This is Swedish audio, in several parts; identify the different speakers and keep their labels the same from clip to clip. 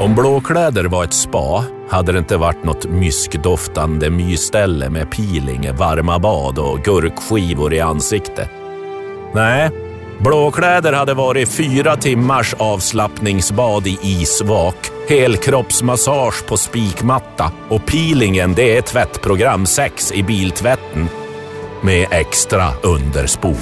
Speaker 1: Om Blåkläder var ett spa hade det inte varit något myskdoftande mysställe med peeling, varma bad och gurkskivor i ansiktet. Nej, Blåkläder hade varit fyra timmars avslappningsbad i isvak, helkroppsmassage på spikmatta och peelingen det är tvättprogram 6 i biltvätten med extra underspor.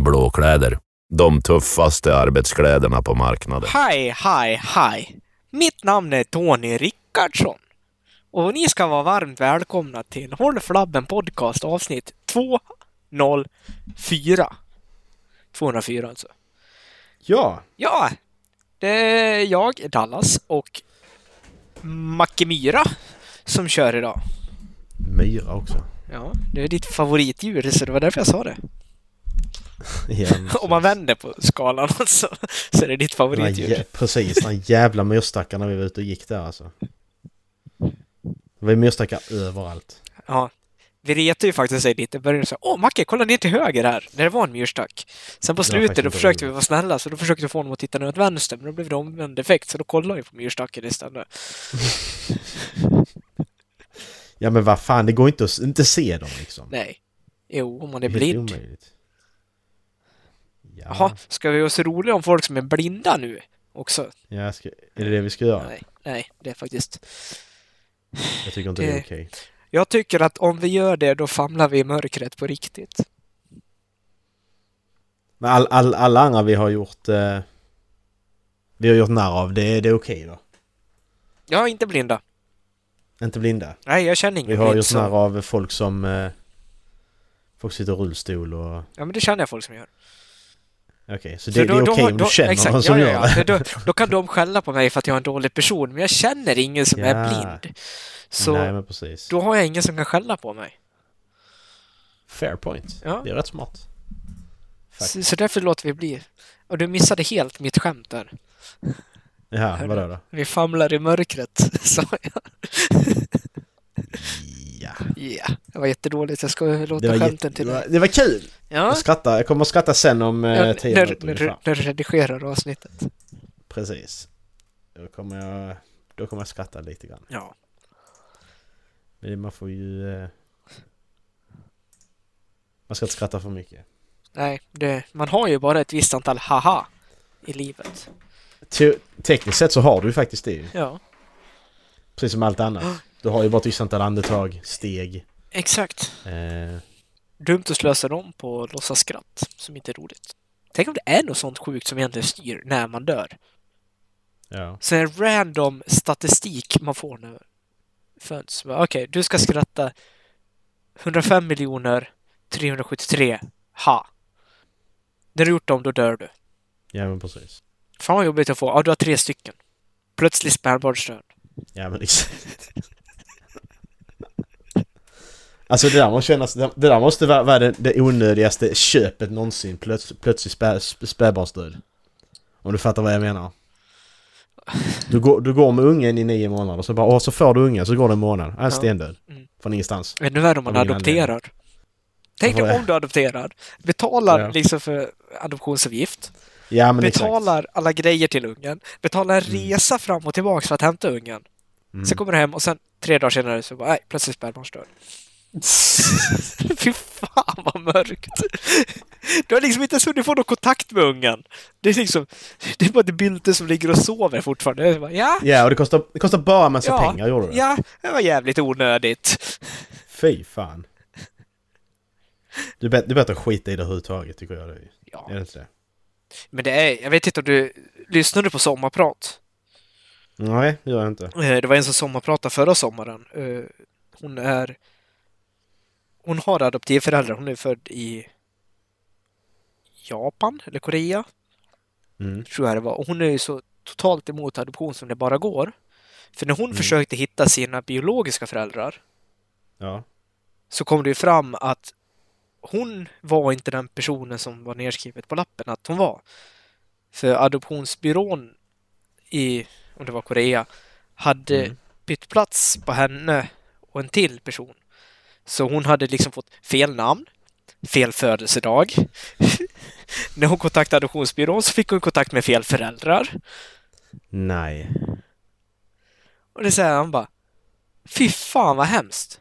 Speaker 1: Blåkläder. De tuffaste arbetskläderna på marknaden.
Speaker 2: Hej, hej, hej! Mitt namn är Tony Rickardsson. Och ni ska vara varmt välkomna till Håll Flabben Podcast avsnitt 204. 204 alltså.
Speaker 3: Ja,
Speaker 2: Ja, det är jag, Dallas och Macke Myra som kör idag.
Speaker 3: myra också.
Speaker 2: Ja, det är ditt favoritdjur så det var därför jag sa det.
Speaker 3: Igen.
Speaker 2: Om man vänder på skalan alltså, så är det typ. ditt
Speaker 3: Den här
Speaker 2: favoritdjur.
Speaker 3: jä- precis, den här jävla myrstackaren när vi var ute och gick där alltså. Det var ju myrstackar överallt.
Speaker 2: Ja. Vi retade ju faktiskt sig lite i början och sa Åh Macke, kolla ner till höger här, där det var en myrstack. Sen på
Speaker 3: Det var
Speaker 2: slutet
Speaker 3: faktiskt
Speaker 2: då
Speaker 3: inte
Speaker 2: försökte vi
Speaker 3: roligt.
Speaker 2: vara snälla, så då försökte vi få honom att titta ner åt vänster, men då blev det omvänd effekt, så då kollade vi på myrstacken istället.
Speaker 3: Ja men vad fan, det går inte att s- inte se dem liksom.
Speaker 2: Nej. Jo, om man är
Speaker 3: Helt
Speaker 2: blind.
Speaker 3: omöjligt. Ja,
Speaker 2: Jaha, ska vi göra oss roliga om folk som är blinda nu också?
Speaker 3: ja jag ska, är det det vi ska göra?
Speaker 2: Nej, nej, det är faktiskt...
Speaker 3: Jag tycker inte det, är
Speaker 2: Det-
Speaker 3: okej.
Speaker 2: Jag tycker att om vi gör det, då famlar vi i mörkret på riktigt.
Speaker 3: Men all, all, alla andra vi har gjort... Eh, vi har gjort narr av, det, är- det är okej
Speaker 2: Jag är inte blinda.
Speaker 3: då? Inte blinda?
Speaker 2: Nej, jag känner
Speaker 3: Vi
Speaker 2: ingen
Speaker 3: har
Speaker 2: blind.
Speaker 3: gjort
Speaker 2: Så...
Speaker 3: narr av folk som... Eh, folk sitter i rullstol och...
Speaker 2: Ja, men det känner jag folk som gör.
Speaker 3: Okej, så det,
Speaker 2: Så
Speaker 3: det är okej
Speaker 2: har-
Speaker 3: om du känner
Speaker 2: exakt,
Speaker 3: någon som
Speaker 2: ja, ja,
Speaker 3: gör det.
Speaker 2: ja. Då, då kan de skälla på mig för att jag är en dålig person, men jag känner ingen som är
Speaker 3: Ja.
Speaker 2: blind. Så
Speaker 3: Nej men precis.
Speaker 2: då har jag ingen som kan skälla på mig.
Speaker 3: Fair point.
Speaker 2: Ja.
Speaker 3: Det är rätt smart.
Speaker 2: Så, så därför låter vi bli. Och du missade helt mitt skämt där.
Speaker 3: Ja, vadå då?
Speaker 2: Vi famlar i mörkret, sa jag.
Speaker 3: Ja.
Speaker 2: Ja, det var jättedåligt. Jag ska
Speaker 3: Det
Speaker 2: låta
Speaker 3: var,
Speaker 2: skämten
Speaker 3: jätte,
Speaker 2: till
Speaker 3: det,
Speaker 2: dig.
Speaker 3: var, det var kul!
Speaker 2: Ja,
Speaker 3: Jag, skrattar, jag kommer att skratta sen om eh,
Speaker 2: när,
Speaker 3: tio
Speaker 2: när,
Speaker 3: minuter
Speaker 2: när, du-
Speaker 3: ungefär.
Speaker 2: när du redigerar avsnittet.
Speaker 3: Precis. Då kommer jag... Då kommer jag skratta lite grann.
Speaker 2: Ja.
Speaker 3: Men det- man får ju... Eh, man ska inte skratta för mycket.
Speaker 2: Nej, det, man har ju bara ett visst antal haha i livet.
Speaker 3: Te- tekniskt sett så har du ju faktiskt det ju.
Speaker 2: Ja,
Speaker 3: Precis som allt annat. Du har ju bara ett visst antal andetag, steg.
Speaker 2: exakt.
Speaker 3: Eh,
Speaker 2: Dumt att slösa dem på att låtsas skratt som inte är roligt. Tänk om det är något sånt sjukt som egentligen styr när man dör.
Speaker 3: ja.
Speaker 2: Så en random statistik man får när man föds. Bara, Okej, du ska skratta 105 miljoner 373 ha. När du gjort dem, då dör du.
Speaker 3: Ja men precis.
Speaker 2: Fan vad jobbigt att få. Ja, du har tre stycken. Plötslig spädbarnsdöd.
Speaker 3: Ja men liksom. exakt. Alltså det där måste kännas, det där måste vara, vara det, det onödigaste köpet någonsin. Plöts, plötsligt spä, sp- spädbarnsdöd. Om du fattar vad jag menar. Du går, du går med ungen i nio månader och så bara åh så får du ungen så går det en månad. Han är
Speaker 2: Ja.
Speaker 3: stendöd.
Speaker 2: Mm.
Speaker 3: Från ingenstans.
Speaker 2: Ännu värre om man
Speaker 3: Av ingen
Speaker 2: adopterar. Tänk
Speaker 3: Vad
Speaker 2: dig
Speaker 3: är-
Speaker 2: om du adopterar. Betalar
Speaker 3: Ja.
Speaker 2: liksom för adoptionsavgift.
Speaker 3: Ja men
Speaker 2: betalar
Speaker 3: exakt.
Speaker 2: alla grejer till ungen, betalar en resa fram och tillbaka för att hämta ungen.
Speaker 3: Mm.
Speaker 2: Sen kommer du hem och sen tre dagar senare så bara, nej, plötsligt spädbarnsdöd. Fy fan vad mörkt! Du har liksom inte ens hunnit få någon kontakt med ungen. Det är liksom, det är bara ett bylte som ligger och sover fortfarande. Jag Bara, ja,
Speaker 3: Ja och det kostar, det kostar bara en massa
Speaker 2: Ja.
Speaker 3: pengar gjorde det.
Speaker 2: ja, det var jävligt onödigt.
Speaker 3: Fy fan. Du, bet- du är bättre att skita i det överhuvudtaget tycker jag. Det är,
Speaker 2: Ja.
Speaker 3: är det inte det?
Speaker 2: Men det är, jag vet inte om du lyssnade på sommarprat?
Speaker 3: Nej det gör jag inte.
Speaker 2: Eh, Det var en som sommarpratade förra sommaren. Eh, Hon är... Hon har adoptivföräldrar. Hon är född i Japan eller Korea,
Speaker 3: Mm.
Speaker 2: tror jag det var. Och hon är ju så totalt emot adoption som det bara går. För när hon
Speaker 3: Mm.
Speaker 2: försökte hitta sina biologiska föräldrar
Speaker 3: Ja.
Speaker 2: så kom det ju fram att hon var inte den personen som var nedskrivet på lappen att hon var. För adoptionsbyrån i, om det var Korea, hade
Speaker 3: Mm.
Speaker 2: bytt plats på henne och en till person. Så hon hade liksom fått fel namn, fel födelsedag. När hon kontaktade adoptionsbyrån så fick hon kontakt med fel föräldrar.
Speaker 3: Nej.
Speaker 2: Och det säger han bara. Fy fan vad hemskt.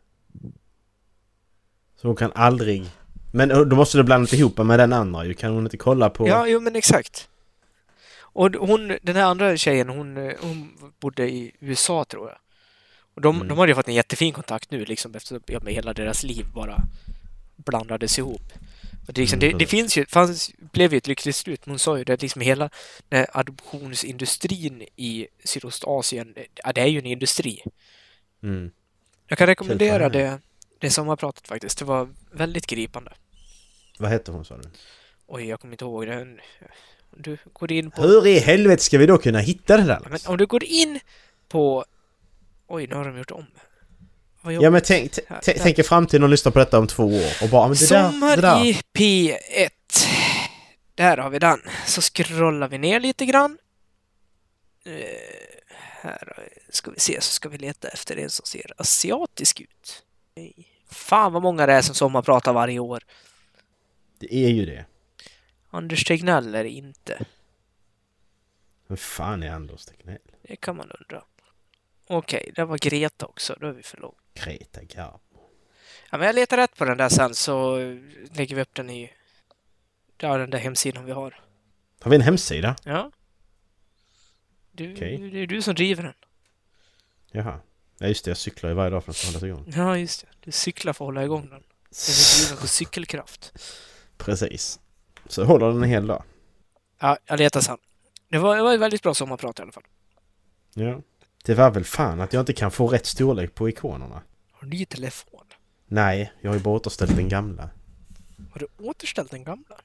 Speaker 3: Så hon kan aldrig... Men eh, då måste du blandat ihop med den andra ju. Kan hon inte kolla på...
Speaker 2: Ja, jo men exakt. Och d- hon, den här andra tjejen, hon, eh, hon bodde i USA tror jag. Och de,
Speaker 3: Mm.
Speaker 2: de hade ju fått en jättefin kontakt nu liksom eftersom ja, men hela deras liv bara blandades ihop. Och det, liksom,
Speaker 3: Mm,
Speaker 2: det, det
Speaker 3: precis.
Speaker 2: finns ju, fanns, blev ju ett lyckligt slut, men hon sa ju det att liksom hela den här adoptionsindustrin i Sydostasien, eh, ja, det är ju en industri.
Speaker 3: Mm.
Speaker 2: Jag kan rekommendera
Speaker 3: Helt
Speaker 2: det, det sommarpratet faktiskt. Det var väldigt gripande.
Speaker 3: Vad heter hon sa du?
Speaker 2: Oj, jag kommer inte ihåg det. Om Du går in på...
Speaker 3: Hur i helvete ska vi då kunna hitta det där?
Speaker 2: Ja, Men
Speaker 3: Liksom?
Speaker 2: om du går in på... Oj, nu har de gjort om. Vad
Speaker 3: Ja men tänk, t-
Speaker 2: Här,
Speaker 3: t-
Speaker 2: där.
Speaker 3: tänk er framtiden och lyssna på detta om två år och bara men det
Speaker 2: Sommar
Speaker 3: där, det där.
Speaker 2: i P1. Där har vi den. Så scrollar vi ner lite grann. Eh, här har vi- ska vi se, så ska vi leta efter en som ser asiatisk ut. Nej. Fan vad många det är som sommarpratar varje år.
Speaker 3: Det är ju det.
Speaker 2: Anders Tegnell är det inte.
Speaker 3: Vem fan är Anders Tegnell?
Speaker 2: Det kan man undra. Okej, där var Greta också. Då är vi för långt.
Speaker 3: Greta Garbo.
Speaker 2: Ja, men jag letar rätt på den där sen så lägger vi upp den i där, den där hemsidan vi har.
Speaker 3: Har vi en hemsida?
Speaker 2: Ja. Du,
Speaker 3: Okej.
Speaker 2: Det är du som driver den.
Speaker 3: Jaha. Ja just det, jag cyklar ju varje dag för att hålla sig igång.
Speaker 2: Ja, just det. Du cyklar för att hålla igång den. Den är driven på cykelkraft.
Speaker 3: Precis. Så håller den en hel dag.
Speaker 2: Ja, jag letar sen. Det var, det var ett väldigt bra sommarprat i alla fall.
Speaker 3: Ja. Det var väl fan att jag inte kan få rätt storlek på ikonerna.
Speaker 2: Har du ny telefon?
Speaker 3: Nej, jag har ju bara återställt den gamla.
Speaker 2: Har du återställt den gamla?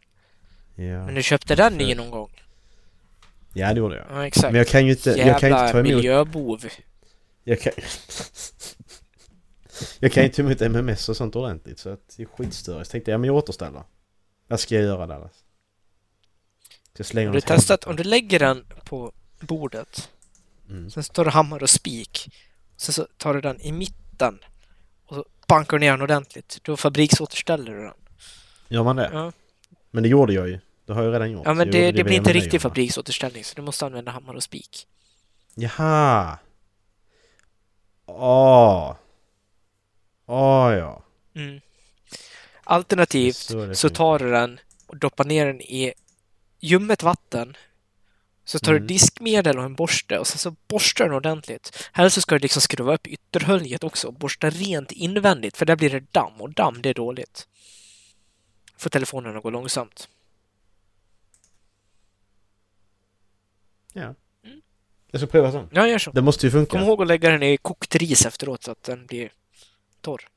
Speaker 2: Men
Speaker 3: Ja,
Speaker 2: du köpte den ny någon gång?
Speaker 3: ja det gjorde jag.
Speaker 2: Ja, exakt.
Speaker 3: Men jag kan ju inte,
Speaker 2: Jävla
Speaker 3: jag kan ju inte ta emot...
Speaker 2: miljöbov.
Speaker 3: Jag kan... jag kan ju inte ta emot MMS och sånt ordentligt så att det är skitstörigt. Så tänkte jag, ja, men jag återställer. Vad ska jag göra Dallas? Ska jag slänga
Speaker 2: Om du,
Speaker 3: något hemma?
Speaker 2: testat, om du lägger den på bordet
Speaker 3: Mm.
Speaker 2: Sen står det hammare och spik. Sen så tar du den i mitten och så bankar du ner den ordentligt. Då fabriksåterställer du den.
Speaker 3: Gör man det?
Speaker 2: Ja,
Speaker 3: Men det gjorde jag ju. Det har jag redan gjort.
Speaker 2: ja men
Speaker 3: Jag
Speaker 2: det,
Speaker 3: gjorde
Speaker 2: det blir
Speaker 3: via
Speaker 2: inte
Speaker 3: menyerna.
Speaker 2: riktig fabriksåterställning så du måste använda hammare och spik.
Speaker 3: Jaha! Åh! Åh Ah, ja.
Speaker 2: Mm. Alternativt
Speaker 3: Så är
Speaker 2: så,
Speaker 3: det
Speaker 2: tar du den och doppar ner den i ljummet vatten. Så tar du
Speaker 3: Mm.
Speaker 2: diskmedel och en borste och sen så borstar du den ordentligt. Helst så ska du liksom skruva upp ytterhöljet också och borsta rent invändigt för där blir det damm och damm det är dåligt. Får telefonen att gå långsamt.
Speaker 3: Ja. Jag ska prova sen.
Speaker 2: Ja, gör så.
Speaker 3: Det måste ju funka.
Speaker 2: Mm. Kom ihåg att lägga den i kokt ris efteråt så att den blir torr.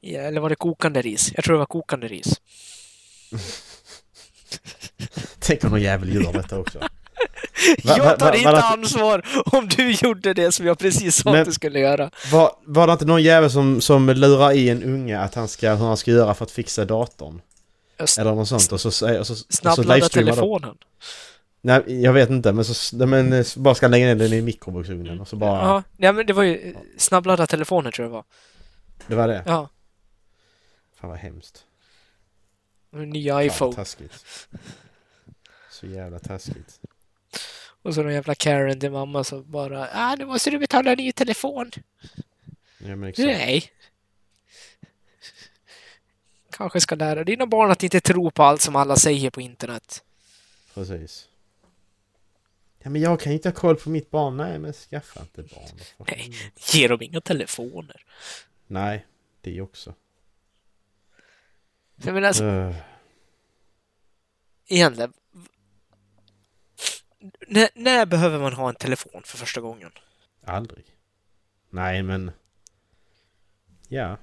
Speaker 2: Ja, eller var det kokande ris? Jag tror det var kokande ris.
Speaker 3: Tänk om någon jävel gör detta också. Va- va-
Speaker 2: jag tar
Speaker 3: va-
Speaker 2: inte
Speaker 3: va-
Speaker 2: ansvar om du gjorde det som jag precis sa att
Speaker 3: Men-
Speaker 2: du skulle göra.
Speaker 3: Var, var det inte någon jävel som, som lurar i en unge att han ska, hur han ska göra för att fixa datorn?
Speaker 2: Jag s-
Speaker 3: Eller något sånt och så, så, och så, och så
Speaker 2: Snabbladda
Speaker 3: livestreamar de.
Speaker 2: telefonen.
Speaker 3: Nej, jag vet inte men så, nej, men eh, så bara ska han lägga ner den i mikrovågsugnen och så bara,
Speaker 2: Ja, nej men det var ju eh, snabbladda telefoner tror jag det var.
Speaker 3: det var det.
Speaker 2: Ja,
Speaker 3: Fan vad hemskt.
Speaker 2: nya
Speaker 3: Fan vad
Speaker 2: iPhone.
Speaker 3: taskigt. Så jävla taskigt.
Speaker 2: Och så någon jävla Karen till mamma som bara ah, nu måste du betala en ny telefon.
Speaker 3: Ja men exakt.
Speaker 2: Nej. Kanske ska lära dina barn att inte tro på allt som alla säger på internet.
Speaker 3: Precis. Ja men jag kan ju inte ha koll på mitt barn. Nej men skaffa inte barn. Vad fan.
Speaker 2: Nej. Ge dem inga telefoner.
Speaker 3: Nej, det också.
Speaker 2: Jag menar, alltså,
Speaker 3: Eh,
Speaker 2: egentligen. När, när behöver man ha en telefon för första gången?
Speaker 3: aldrig. Nej men... Ja.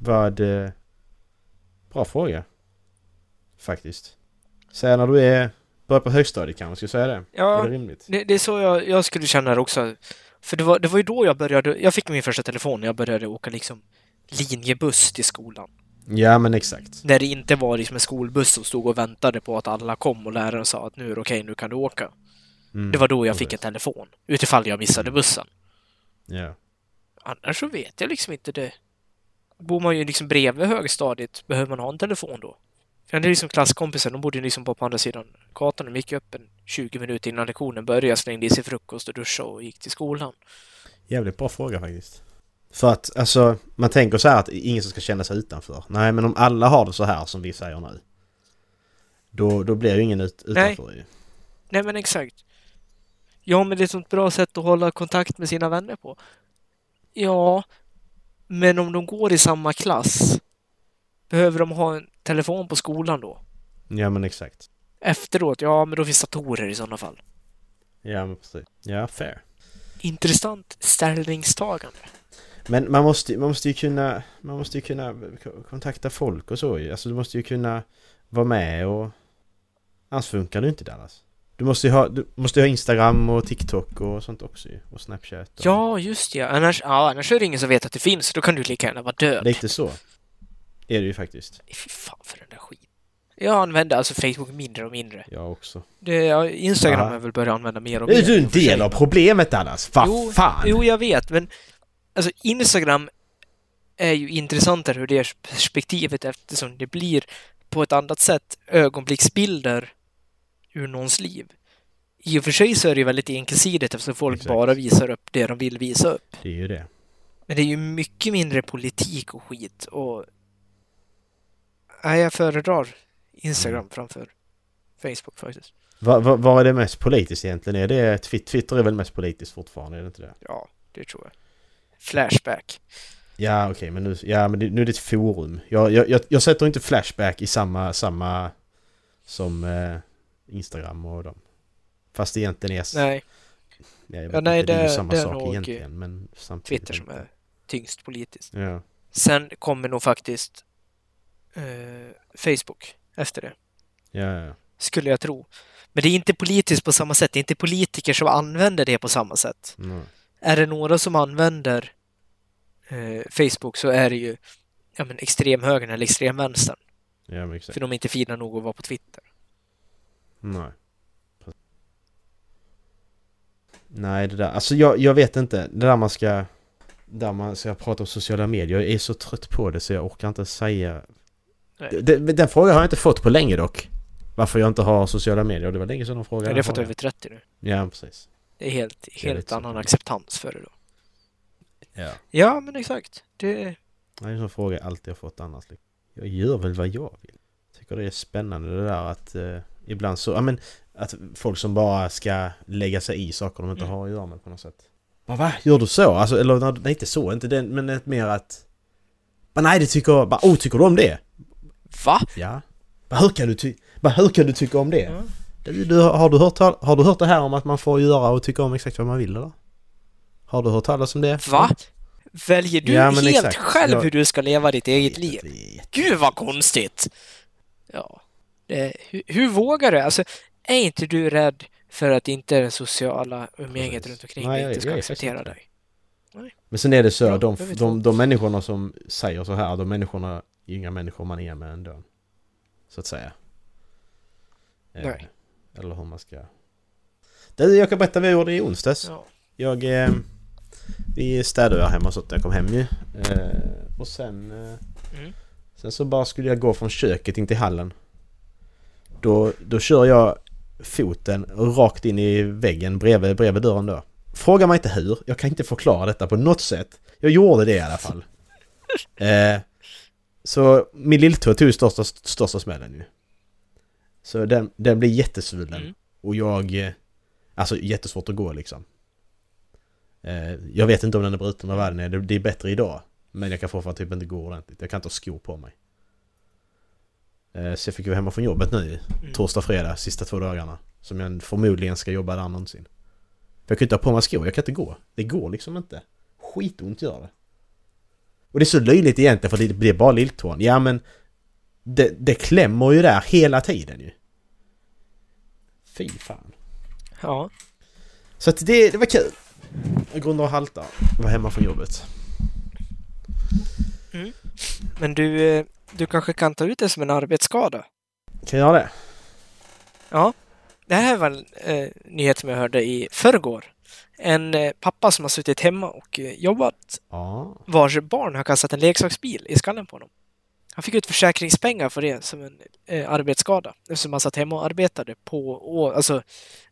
Speaker 3: Vad... eh, Bra fråga. Faktiskt. Säg när du är... Börjar på högstadiet kanske, ska jag säga det? Är
Speaker 2: Ja,
Speaker 3: det rimligt?
Speaker 2: det, det är så jag, jag skulle känna det också. För det var, det var ju då jag började, jag fick min första telefon när jag började åka liksom linjebuss till skolan.
Speaker 3: Ja men exakt.
Speaker 2: När det inte var liksom en skolbuss som stod och väntade på att alla kom och läraren sa att nu är det okej, nu kan du åka.
Speaker 3: Mm,
Speaker 2: Det var då jag fick en
Speaker 3: precis.
Speaker 2: telefon, utifall jag missade bussen.
Speaker 3: Ja.
Speaker 2: Annars så vet jag liksom inte det. Bor man ju liksom bredvid högstadiet, behöver man ha en telefon då? Jag hade liksom klasskompisen, de bodde liksom bara på andra sidan gatan. De gick upp en 20 minuter innan lektionen började slängde i sig frukost och duschade och gick till skolan.
Speaker 3: Jävligt bra fråga faktiskt. För att alltså, man tänker så här att ingen som ska känna sig utanför. Nej, men om alla har det så här som vi säger nu. Då, då blir ju ingen ut,
Speaker 2: Nej.
Speaker 3: utanför ju.
Speaker 2: Nej men exakt. Ja men det är ett sånt bra sätt att hålla kontakt med sina vänner på. Ja, men om de går i samma klass, behöver de ha en telefon på skolan då?
Speaker 3: Ja, men exakt.
Speaker 2: Efteråt, ja men då finns datorer i sådana fall.
Speaker 3: Ja, men precis. Ja, fair.
Speaker 2: Intressant ställningstagande.
Speaker 3: Men man måste, man måste ju kunna, man måste ju kunna k- kontakta folk och så ju. Alltså du måste ju kunna vara med och... Annars funkar det ju inte Dallas. Du måste ju ha, du måste ju ha Instagram och TikTok och sånt också ju. Och Snapchat och...
Speaker 2: Ja, just ja. Annars, ja, annars är det ingen som vet att det finns. Då kan du lika gärna vara död.
Speaker 3: Lite så. Är det ju faktiskt.
Speaker 2: Fy fan för den där skiten. Jag använder alltså Facebook mindre och mindre.
Speaker 3: Jag också.
Speaker 2: Det, ja, Instagram
Speaker 3: Ja.
Speaker 2: har jag väl börjat använda mer och
Speaker 3: Det
Speaker 2: mer.
Speaker 3: är ju
Speaker 2: i
Speaker 3: en
Speaker 2: och för sig,
Speaker 3: del av
Speaker 2: men-
Speaker 3: problemet Dallas!
Speaker 2: Jo,
Speaker 3: Vad fan!
Speaker 2: Jo, jag vet, men alltså Instagram är ju intressantare ur det perspektivet eftersom det blir på ett annat sätt ögonblicksbilder ur någons liv. I och för sig så är det ju väldigt enkelsidigt eftersom folk
Speaker 3: Exakt.
Speaker 2: bara visar upp det de vill visa upp.
Speaker 3: Det är ju det.
Speaker 2: Men det är ju mycket mindre politik och skit och... Nej, jag föredrar Instagram framför Facebook faktiskt.
Speaker 3: Vad va, vad är det mest politiskt egentligen? Är det Twitter? Twitter är väl mest politiskt fortfarande, är det inte det?
Speaker 2: Ja, det tror jag. Flashback.
Speaker 3: Ja okej men nu, ja, men det, nu är det ett forum. Jag, jag, jag, jag sätter inte Flashback i samma, samma som eh, Instagram och dem. Fast egentligen är...
Speaker 2: Nej.
Speaker 3: jag vet
Speaker 2: Ja, nej,
Speaker 3: inte, det, är ju
Speaker 2: det-
Speaker 3: samma
Speaker 2: det är
Speaker 3: sak
Speaker 2: nog, eh,
Speaker 3: egentligen men samtidigt...
Speaker 2: Twitter som är tyngst politiskt.
Speaker 3: Ja.
Speaker 2: Sen kommer nog faktiskt eh, Facebook efter det,
Speaker 3: Ja, ja, ja.
Speaker 2: skulle jag tro. Men det är inte politiskt på samma sätt. Det är inte politiker som använder det på samma sätt.
Speaker 3: Mm.
Speaker 2: Är det några som använder eh, Facebook så är det ju ja, men extremhögern eller extremvänstern.
Speaker 3: ja men
Speaker 2: För
Speaker 3: exakt.
Speaker 2: de är inte fina nog att vara på Twitter.
Speaker 3: Nej. Precis. Nej det där, alltså jag, jag vet inte. Det där man ska... Där man ska prata om sociala medier. Jag är så trött på det så jag orkar inte säga...
Speaker 2: Nej.
Speaker 3: Det- det- Den, frågan har jag inte fått på länge dock. Varför jag inte har sociala medier. Det var länge sedan de
Speaker 2: Ja,
Speaker 3: frågade.
Speaker 2: det har
Speaker 3: den
Speaker 2: fått
Speaker 3: frågan.
Speaker 2: över 30 nu.
Speaker 3: Ja, precis.
Speaker 2: Det är helt, helt
Speaker 3: lite så.
Speaker 2: annan acceptans för det då.
Speaker 3: Ja.
Speaker 2: Ja, men exakt. Det,
Speaker 3: Det är en sån fråga jag alltid har fått annars. liksom. Jag gör väl vad jag vill. Tycker det är spännande det där att eh, ibland så, ja men att folk som bara ska lägga sig i saker de inte
Speaker 2: Mm.
Speaker 3: har att göra med på något sätt. Bara va? Gör du så? Alltså eller nej, nej, inte så, inte den, men ett mer att... Bara nej det tycker jag, bara oh tycker du om det?
Speaker 2: va?
Speaker 3: Ja. Bara hur kan du, ty- bara, hur kan du tycka om det?
Speaker 2: Ja.
Speaker 3: Du, du, har, du hört, tal- har du hört det här om att man får göra och tycka om exakt vad man vill eller? Har du hört talas om det? Mm.
Speaker 2: Va? Väljer du
Speaker 3: Ja, men
Speaker 2: helt
Speaker 3: exakt.
Speaker 2: själv
Speaker 3: Jag-
Speaker 2: hur du ska leva ditt eget liv?
Speaker 3: Jag vet.
Speaker 2: Gud vad konstigt! Ja. Det, hur, hur vågar du? Alltså, är inte du rädd för att inte det sociala umgänget
Speaker 3: Precis.
Speaker 2: runt omkring
Speaker 3: Nej,
Speaker 2: dig
Speaker 3: jag-
Speaker 2: inte ska
Speaker 3: jag är
Speaker 2: acceptera
Speaker 3: faktiskt
Speaker 2: dig?
Speaker 3: Men sen är det så,
Speaker 2: Ja,
Speaker 3: de,
Speaker 2: jag vet
Speaker 3: de,
Speaker 2: vad.
Speaker 3: de människorna som säger så här, de människorna är ju inga människor man är med ändå. Så att säga. Eh,
Speaker 2: Nej.
Speaker 3: Eller hur man ska... Du, jag kan berätta vad jag gjorde i onsdags.
Speaker 2: Ja.
Speaker 3: Jag... Eh, vi städade här hemma så att jag kom hem ju. Eh, och sen... Eh,
Speaker 2: Mm.
Speaker 3: Sen så bara skulle jag gå från köket in till hallen. Då, då kör jag foten rakt in i väggen bredvid, bredvid dörren då. Fråga mig inte hur, jag kan inte förklara detta på något sätt. Jag gjorde det i alla fall. Eh, så min lilltå tog största, största smällen ju. Så den, den blev jättesvullen.
Speaker 2: Mm.
Speaker 3: Och jag... eh, Alltså jättesvårt att gå liksom. Eh, jag vet inte om den är bruten eller vad den är. Det, det är bättre idag. Men jag kan fortfarande typ inte gå ordentligt. Jag kan inte ha skor på mig. Eh, så jag fick ju vara hemma från jobbet nu.
Speaker 2: Mm.
Speaker 3: Torsdag, fredag, sista två dagarna. Som jag förmodligen ska jobba där någonsin. För jag kan ju inte ha på mig skor, jag kan inte gå. Det går liksom inte. Skitont gör det. Och det är så löjligt egentligen för det blir bara lilltån. Ja men... Det, det klämmer ju där hela tiden ju. Fy fan.
Speaker 2: ja.
Speaker 3: Så att det, det var kul. Jag går under och haltar. Jag var hemma från jobbet.
Speaker 2: Men du, eh, du kanske kan ta ut det som en arbetsskada?
Speaker 3: Kan jag göra det?
Speaker 2: Ja. Det här var en eh, nyhet som jag hörde i förrgår. En eh, pappa som har suttit hemma och eh, jobbat
Speaker 3: Ja.
Speaker 2: vars barn har kastat en leksaksbil i skallen på honom. Han fick ut försäkringspengar för det som en eh, arbetsskada eftersom han satt hemma och arbetade på, och, alltså,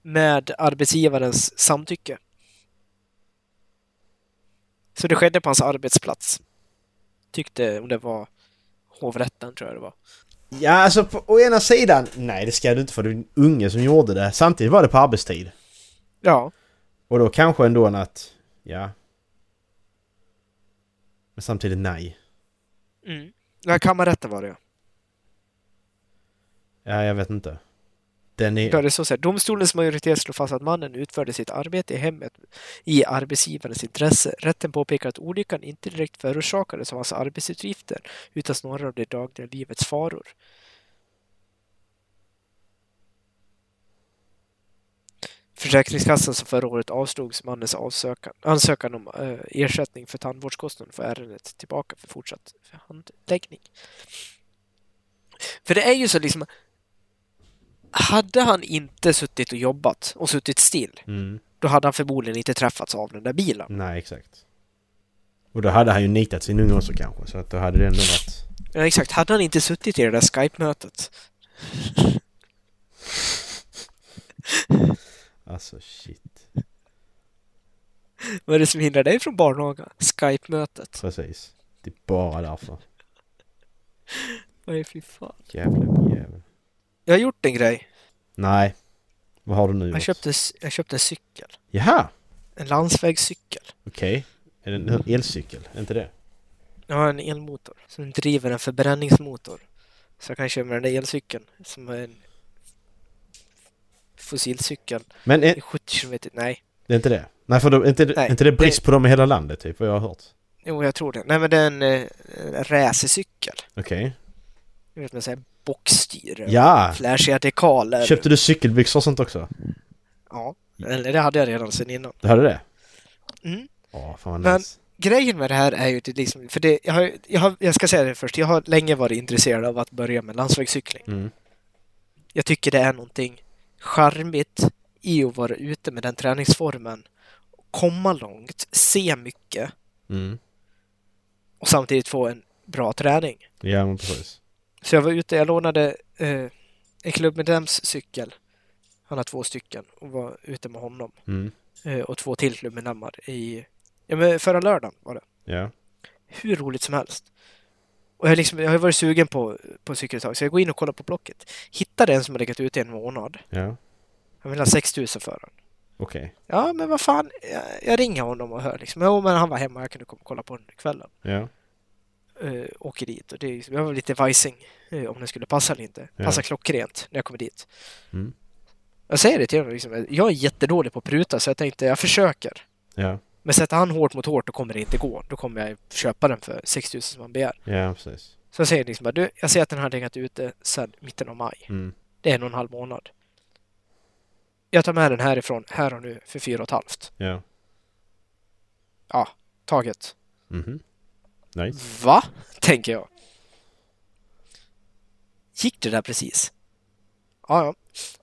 Speaker 2: med arbetsgivarens samtycke. Så det skedde på hans arbetsplats. Tyckte, om det var hovrätten tror jag det var.
Speaker 3: Ja, alltså på, å ena sidan, nej det ska du inte för det var en unge som gjorde det. Samtidigt var det på arbetstid.
Speaker 2: Ja,
Speaker 3: Och då kanske ändå en att, ja. Men samtidigt nej.
Speaker 2: mm. ja kammarrätten var det ja.
Speaker 3: Ja, jag vet inte. Den
Speaker 2: Då är
Speaker 3: är...
Speaker 2: det så, så här, domstolens majoritet slår fast att mannen utförde sitt arbete i hemmet i arbetsgivarens intresse. Rätten påpekar att olyckan inte direkt förorsakades av hans arbetsuppgifter utan snarare av det dagliga livets faror. Försäkringskassan som förra året avslogs mannens avsökan, ansökan om eh, ersättning för tandvårdskostnaden för ärendet tillbaka för fortsatt handläggning. För det är ju så liksom hade han inte suttit och jobbat och suttit still,
Speaker 3: Mm,
Speaker 2: då hade han förmodligen inte träffats av den där bilen.
Speaker 3: nej, exakt. Och då hade han ju nitat sin unge också kanske, så att då hade det ändå varit...
Speaker 2: Ja, exakt, hade han inte suttit i det där Skype-mötet.
Speaker 3: Alltså shit.
Speaker 2: Vad är det som hindrar dig från barnaga? Skype-mötet.
Speaker 3: Precis. Det är bara därför.
Speaker 2: Vad är fy fan.
Speaker 3: Jävla jävel.
Speaker 2: Jag har gjort en grej.
Speaker 3: Nej. Vad har du nu
Speaker 2: Jag
Speaker 3: gjort?
Speaker 2: köpte, jag köpte en cykel.
Speaker 3: Jaha!
Speaker 2: En landsvägscykel.
Speaker 3: Okej. Är det en elcykel? Är inte det?
Speaker 2: Jag har en elmotor som driver en förbränningsmotor. Så jag kan köra med den där elcykeln som är en fossilcykel
Speaker 3: Men är,
Speaker 2: i 70 kilometer. Nej,
Speaker 3: det är inte det? Nej, för då, är inte, det-
Speaker 2: Nej,
Speaker 3: är inte det brist på dem i hela landet, typ, vad jag har hört?
Speaker 2: jo jag tror det. Nej men det är en eh, en racercykel.
Speaker 3: Okej.
Speaker 2: Du vet med såhär boxstyre.
Speaker 3: Ja!
Speaker 2: Flashiga dekaler.
Speaker 3: Köpte du cykelbyxor och sånt också?
Speaker 2: Ja, eller det hade jag redan sen innan.
Speaker 3: Du hade det?
Speaker 2: Mm.
Speaker 3: Ja, fan vad
Speaker 2: Men-
Speaker 3: nice.
Speaker 2: Grejen med det här är ju att det liksom, för det, jag, har, jag, har, jag ska säga det först, jag har länge varit intresserad av att börja med landsvägscykling.
Speaker 3: Mm.
Speaker 2: Jag tycker det är någonting charmigt i att vara ute med den träningsformen, komma långt, se mycket
Speaker 3: Mm.
Speaker 2: och samtidigt få en bra träning.
Speaker 3: Ja, men precis.
Speaker 2: Så jag var ute, jag lånade eh, en klubbmedlems cykel. Han har två stycken och var ute med honom
Speaker 3: Mm.
Speaker 2: eh, och två till klubbmedlemmar i, ja men förra lördagen var det.
Speaker 3: Ja.
Speaker 2: hur roligt som helst. Och jag, liksom, jag har ju varit sugen på, på en cykel ett tag, så jag går in och kollar på Blocket. Hittade en som har legat ute i en månad.
Speaker 3: Ja.
Speaker 2: Han vill ha 6 000 för den.
Speaker 3: Okej.
Speaker 2: Ja, men vad fan. Jag, jag ringer honom och hör liksom. Jo, men han var hemma. Jag kunde komma och kolla på den under kvällen.
Speaker 3: Ja.
Speaker 2: Uh, åker dit och det är, liksom- jag var lite vajsing eh, om den skulle passa eller inte.
Speaker 3: Ja.
Speaker 2: Passar klockrent när jag kommer dit.
Speaker 3: Mm.
Speaker 2: Jag säger det till honom liksom. Jag är jättedålig på att pruta så jag tänkte jag försöker.
Speaker 3: Ja.
Speaker 2: Men sätter han hårt mot hårt då kommer det inte gå. Då kommer jag köpa den för 6 000 som han begär.
Speaker 3: Ja, precis.
Speaker 2: Så jag säger liksom bara, du, jag ser att den har legat ute eh, sedan mitten av maj.
Speaker 3: Mm.
Speaker 2: Det är en och en halv månad. Jag tar med den härifrån, här och nu, för fyra och ett halvt.
Speaker 3: Ja.
Speaker 2: Ja, taget.
Speaker 3: Mhm. Nice.
Speaker 2: Va? Tänker jag. Gick det där precis? Ja, ja.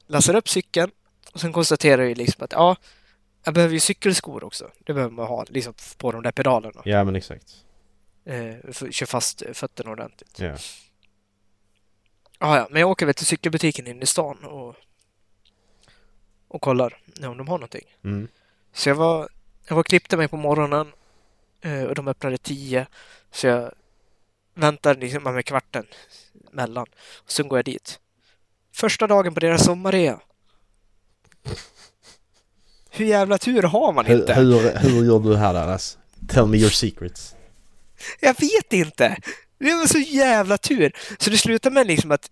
Speaker 2: Lassar upp cykeln och sen konstaterar jag ju liksom att ja, jag behöver ju cykelskor också. Det behöver man ha liksom på de där pedalerna.
Speaker 3: Ja, men exakt.
Speaker 2: Eh, för, kör fast fötterna ordentligt.
Speaker 3: Ja.
Speaker 2: Ja, ja, men jag åker väl till cykelbutiken inne i stan och, och kollar om de har någonting.
Speaker 3: Mm.
Speaker 2: Så jag var, jag var och klippte mig på morgonen eh, och de öppnade tio. Så jag väntade liksom med kvarten mellan. Och sen går jag dit. Första dagen på deras sommarrea. Hur jävla tur har man
Speaker 3: Hur,
Speaker 2: inte?
Speaker 3: hur, hur gör du här Dallas? Tell me your secrets.
Speaker 2: Jag vet inte! Det var så jävla tur! Så det slutade med liksom att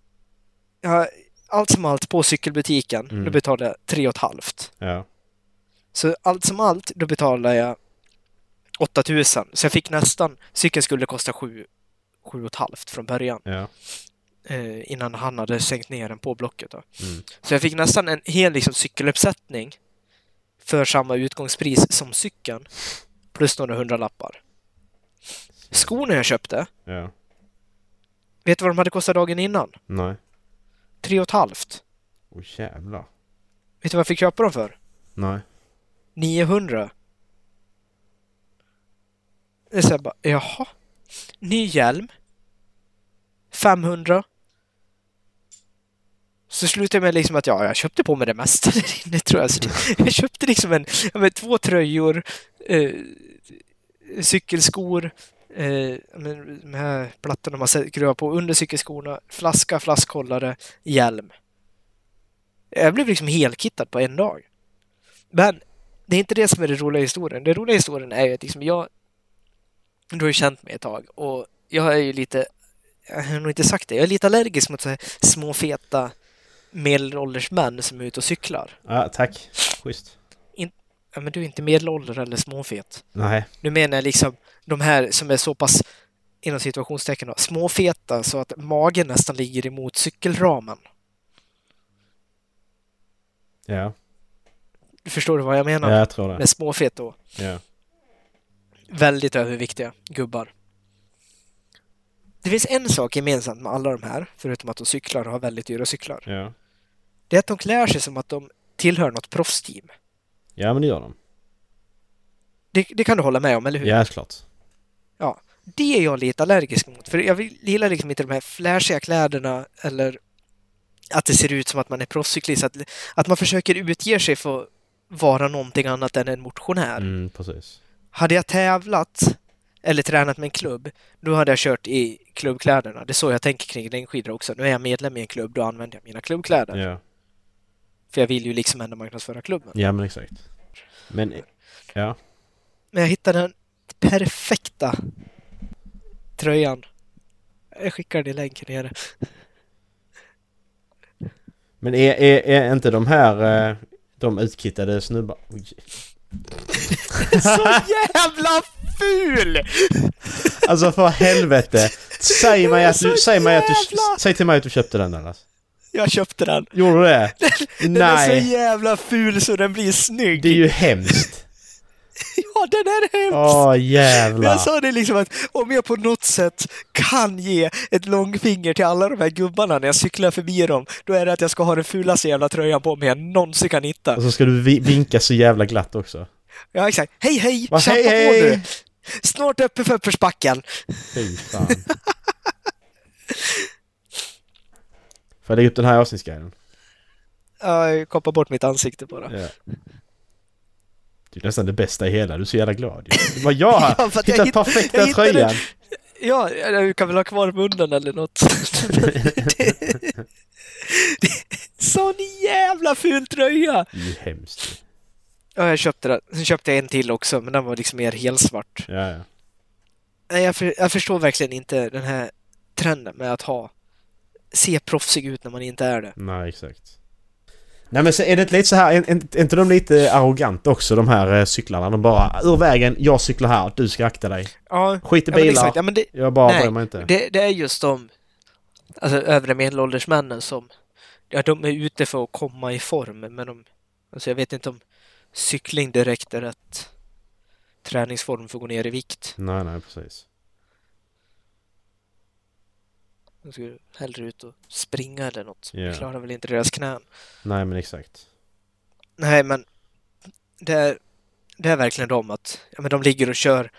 Speaker 2: ja, allt som allt på cykelbutiken,
Speaker 3: Mm.
Speaker 2: då betalade jag tre och ett halvt.
Speaker 3: Ja.
Speaker 2: Så allt som allt, då betalade jag 8000. Så jag fick nästan, cykeln skulle kosta sju, sju och ett halvt från början.
Speaker 3: Ja.
Speaker 2: Eh, innan han hade sänkt ner den på Blocket då.
Speaker 3: Mm.
Speaker 2: Så jag fick nästan en hel liksom, cykeluppsättning för samma utgångspris som cykeln. Plus några hundralappar. Skorna jag köpte,
Speaker 3: Ja.
Speaker 2: vet du vad de hade kostat dagen innan?
Speaker 3: Nej.
Speaker 2: Tre och ett halvt.
Speaker 3: Åh jävlar.
Speaker 2: Vet du vad jag fick köpa dem för?
Speaker 3: Nej.
Speaker 2: 900. Det är så här bara, jaha. Ny hjälm. 500. Så slutade det med liksom att ja, jag köpte på mig det mesta där inne tror jag. Så det, jag köpte liksom en, ja, men två tröjor, eh, cykelskor, eh, ja, men de här plattorna man sätter- skruvar på under cykelskorna, flaska, flaskhållare, hjälm. Jag blev liksom helkittad på en dag. Men det är inte det som är det roliga i historien. Det roliga i historien är ju att liksom jag... Du har ju känt mig ett tag och jag är ju lite... Jag har nog inte sagt det. Jag är lite allergisk mot så här små feta medelålders män som är ute och cyklar.
Speaker 3: Ja, tack. Schysst.
Speaker 2: Ja, men du är inte medelålder eller småfet.
Speaker 3: Nej.
Speaker 2: Nu menar jag liksom de här som är så pass inom situationstecken då, småfeta så att magen nästan ligger emot cykelramen.
Speaker 3: Ja.
Speaker 2: Du förstår du vad jag menar?
Speaker 3: ja, jag tror det.
Speaker 2: Med småfet då.
Speaker 3: Ja.
Speaker 2: väldigt överviktiga gubbar. Det finns en sak gemensamt med alla de här, förutom att de cyklar och har väldigt dyra cyklar.
Speaker 3: Ja.
Speaker 2: Det är att de klär sig som att de tillhör något proffsteam.
Speaker 3: ja, men det gör de.
Speaker 2: Det, det kan du hålla med om, eller hur?
Speaker 3: Ja, såklart.
Speaker 2: Det är jag lite allergisk mot, för jag vill- gillar liksom inte de här flashiga kläderna eller att det ser ut som att man är proffscyklist. Att, att man försöker utge sig för att vara någonting annat än en motionär.
Speaker 3: Mm, precis.
Speaker 2: Hade jag tävlat eller tränat med en klubb, då hade jag kört i klubbkläderna. Det är så jag tänker kring längdskidor också. Nu är jag medlem i en klubb, då använder jag mina klubbkläder.
Speaker 3: Ja.
Speaker 2: För jag vill ju liksom ändå marknadsföra klubben.
Speaker 3: ja, men exakt. Men ja,
Speaker 2: Men jag hittade den perfekta tröjan. Jag skickar den i länken nere.
Speaker 3: men är, är, är inte de här eh, de utkittade snubbar... Oj.
Speaker 2: Så jävla ful!
Speaker 3: Alltså för helvete! Säg mig att du,
Speaker 2: Så
Speaker 3: säg mig att du,
Speaker 2: jävla-
Speaker 3: säg till mig att du köpte den Dallas.
Speaker 2: Jag köpte den.
Speaker 3: Gjorde du det?
Speaker 2: Den är så
Speaker 3: Nej!
Speaker 2: jävla ful så den blir snygg.
Speaker 3: Det är ju hemskt!
Speaker 2: Ja, den är hemsk!
Speaker 3: Åh
Speaker 2: Men
Speaker 3: jävlar!
Speaker 2: jag sa det liksom att om jag på något sätt kan ge ett långfinger till alla de här gubbarna när jag cyklar förbi dem, då är det att jag ska ha den fulaste jävla tröjan på mig jag någonsin kan hitta.
Speaker 3: Och så ska du vi- vinka så jävla glatt också.
Speaker 2: Ja, exakt. Hej, hej!
Speaker 3: Va,
Speaker 2: Kämpa
Speaker 3: hej,
Speaker 2: på
Speaker 3: hej!
Speaker 2: nu! Snart uppe för uppförsbacken.
Speaker 3: Fy fan. Får jag lägga upp den här avsnittsguiden?
Speaker 2: Jag koppar bort mitt ansikte bara.
Speaker 3: Ja. Det är nästan det bästa i hela, du är så jävla glad ju. Det var jag!
Speaker 2: Ja, för att jag
Speaker 3: Hittat
Speaker 2: hitt-
Speaker 3: perfekta
Speaker 2: jag hittade-
Speaker 3: tröjan!
Speaker 2: Ja, du kan väl ha kvar munnen eller något. det, det, sån jävla ful tröja!
Speaker 3: Det är ju hemskt.
Speaker 2: Ja, jag köpte den. Sen köpte jag en till också, men den var liksom mer helsvart.
Speaker 3: Ja, ja.
Speaker 2: Nej, jag, för, jag förstår verkligen inte den här trenden med att ha se proffsig ut när man inte är det.
Speaker 3: Nej, exakt. Nej men så är det inte lite så här, är, är inte de lite arroganta också de här eh, cyklarna? De bara ur vägen, jag cyklar här, du ska akta dig.
Speaker 2: Ja,
Speaker 3: Skit i
Speaker 2: ja men
Speaker 3: bilar,
Speaker 2: exakt. Ja, men det,
Speaker 3: jag bara
Speaker 2: Nej,
Speaker 3: bryr mig inte.
Speaker 2: det, det är just de alltså, övre medelålders männen som ja, de är ute för att komma i form, men de, alltså, jag vet inte om cykling direkt är rätt träningsform för att gå ner i vikt.
Speaker 3: Nej, nej precis.
Speaker 2: De skulle hellre ut och springa eller något.
Speaker 3: Ja.
Speaker 2: Det klarar väl inte deras knän.
Speaker 3: Nej men exakt.
Speaker 2: Nej, men det är, det är verkligen de att ja, men de ligger och kör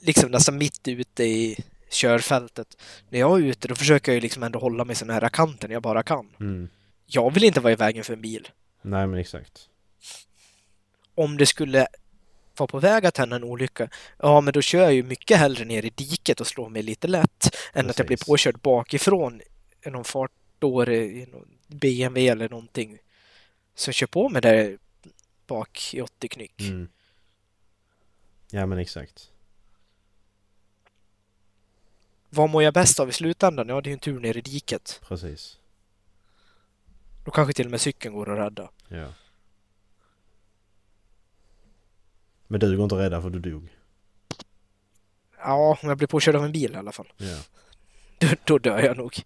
Speaker 2: liksom nästan mitt ute i körfältet. När jag är ute då försöker jag ju liksom ändå hålla mig så nära kanten jag bara kan.
Speaker 3: Mm.
Speaker 2: Jag vill inte vara i vägen för en bil.
Speaker 3: Nej men exakt.
Speaker 2: Om det skulle vara på väg att hända en olycka, ja men då kör jag ju mycket hellre ner i diket och slår mig lite lätt än att jag blir
Speaker 3: Precis.
Speaker 2: påkörd bakifrån i någon fartdåre, i någon BMW eller någonting som kör på mig där bak i 80 knyck.
Speaker 3: Mm. Ja men exakt.
Speaker 2: Vad mår jag bäst av i slutändan? Ja, det är ju en tur ner i diket.
Speaker 3: Precis.
Speaker 2: Då kanske till och med cykeln går att rädda.
Speaker 3: Ja. Men du går inte att rädda för du dog.
Speaker 2: Ja, om jag blir påkörd av en bil i alla fall.
Speaker 3: Ja.
Speaker 2: Då, då dör jag nog.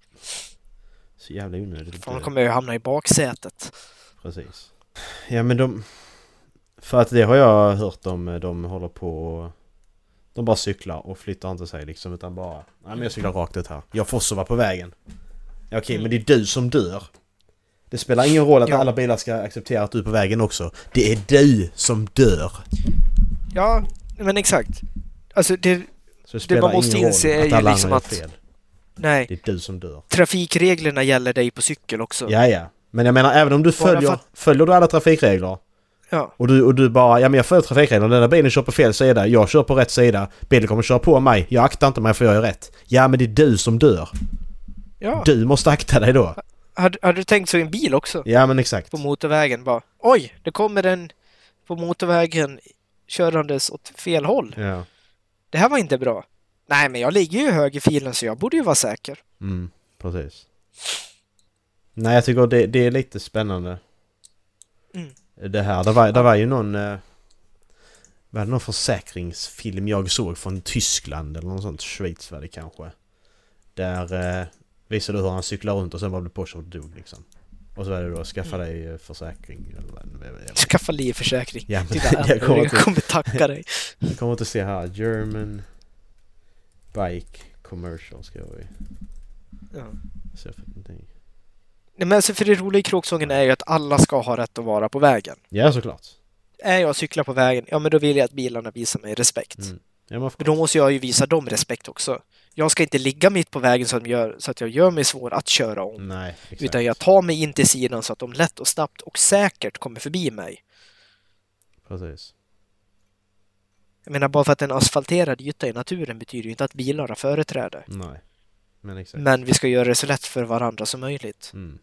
Speaker 3: Så jävla onödigt. att
Speaker 2: Fan, då
Speaker 3: dö.
Speaker 2: kommer jag ju hamna i baksätet.
Speaker 3: Precis. Ja men de... För att det har jag hört om, eh, de håller på och... De bara cyklar och flyttar inte sig liksom utan bara... Nej men jag cyklar rakt ut här. Jag får sova på vägen. Ja, Okej men det är du som dör. Det spelar ingen roll att
Speaker 2: Mm. Ja.
Speaker 3: alla bilar ska acceptera att du är på vägen också. Det är du som dör.
Speaker 2: Ja, men exakt. Alltså, det,
Speaker 3: Så det spelar
Speaker 2: man måste
Speaker 3: ingen roll
Speaker 2: inse är
Speaker 3: att
Speaker 2: ju
Speaker 3: alla
Speaker 2: liksom
Speaker 3: andra
Speaker 2: att-
Speaker 3: är fel.
Speaker 2: Nej,
Speaker 3: Det är du som dör.
Speaker 2: trafikreglerna gäller dig på cykel också.
Speaker 3: Ja, ja. Men jag menar, även om du
Speaker 2: Bara för
Speaker 3: följer,
Speaker 2: att-
Speaker 3: följer du alla trafikregler
Speaker 2: Ja.
Speaker 3: och du, och du bara, ja men jag följer trafikreglerna, den där bilen kör på fel sida, jag kör på rätt sida, bilen kommer köra på mig, jag aktar inte mig för jag gör rätt. Ja, men det är du som dör.
Speaker 2: ja.
Speaker 3: Du måste akta dig då.
Speaker 2: Hade, hade du tänkt så i en bil också?
Speaker 3: Ja, men exakt.
Speaker 2: På motorvägen bara. Oj, det kommer en på motorvägen körandes åt fel håll.
Speaker 3: Ja.
Speaker 2: Det här var inte bra. Nej, men jag ligger ju i högerfilen så jag borde ju vara säker.
Speaker 3: Mm, precis. Nej, jag tycker det, det är lite spännande. Det här, det var, det var ju någon... eh, Var det någon försäkringsfilm jag såg från Tyskland eller något sånt? Schweiz var det kanske. Där eh, visade du hur han cyklar runt och sen bara blev påkörd och dog liksom. Och så var det då skaffa dig eh, försäkring eller vad det är.
Speaker 2: Skaffa livförsäkring.
Speaker 3: Ja, men
Speaker 2: Dina
Speaker 3: jag kommer
Speaker 2: anhöriga
Speaker 3: till,
Speaker 2: kommer tacka dig.
Speaker 3: jag kommer inte se här. German Bike Commercial ska vi
Speaker 2: Ja.
Speaker 3: se för någonting.
Speaker 2: Nej, men alltså för det roliga i kråksången är ju att alla ska ha rätt att vara på vägen.
Speaker 3: Ja, såklart.
Speaker 2: Är jag och cyklar på vägen, ja men då vill jag att bilarna visar mig respekt.
Speaker 3: Mm. Ja, man
Speaker 2: Men då måste jag ju visa dem respekt också. Jag ska inte ligga mitt på vägen så att, de gör, så att jag gör mig svår att köra om.
Speaker 3: Nej, Mm, exakt.
Speaker 2: Utan jag tar mig in till sidan så att de lätt och snabbt och säkert kommer förbi mig.
Speaker 3: Precis.
Speaker 2: Jag menar, bara för att en asfalterad yta i naturen betyder ju inte att bilar har företräde.
Speaker 3: Nej. Men exakt.
Speaker 2: Men vi ska göra det så lätt för varandra som möjligt.
Speaker 3: Mm.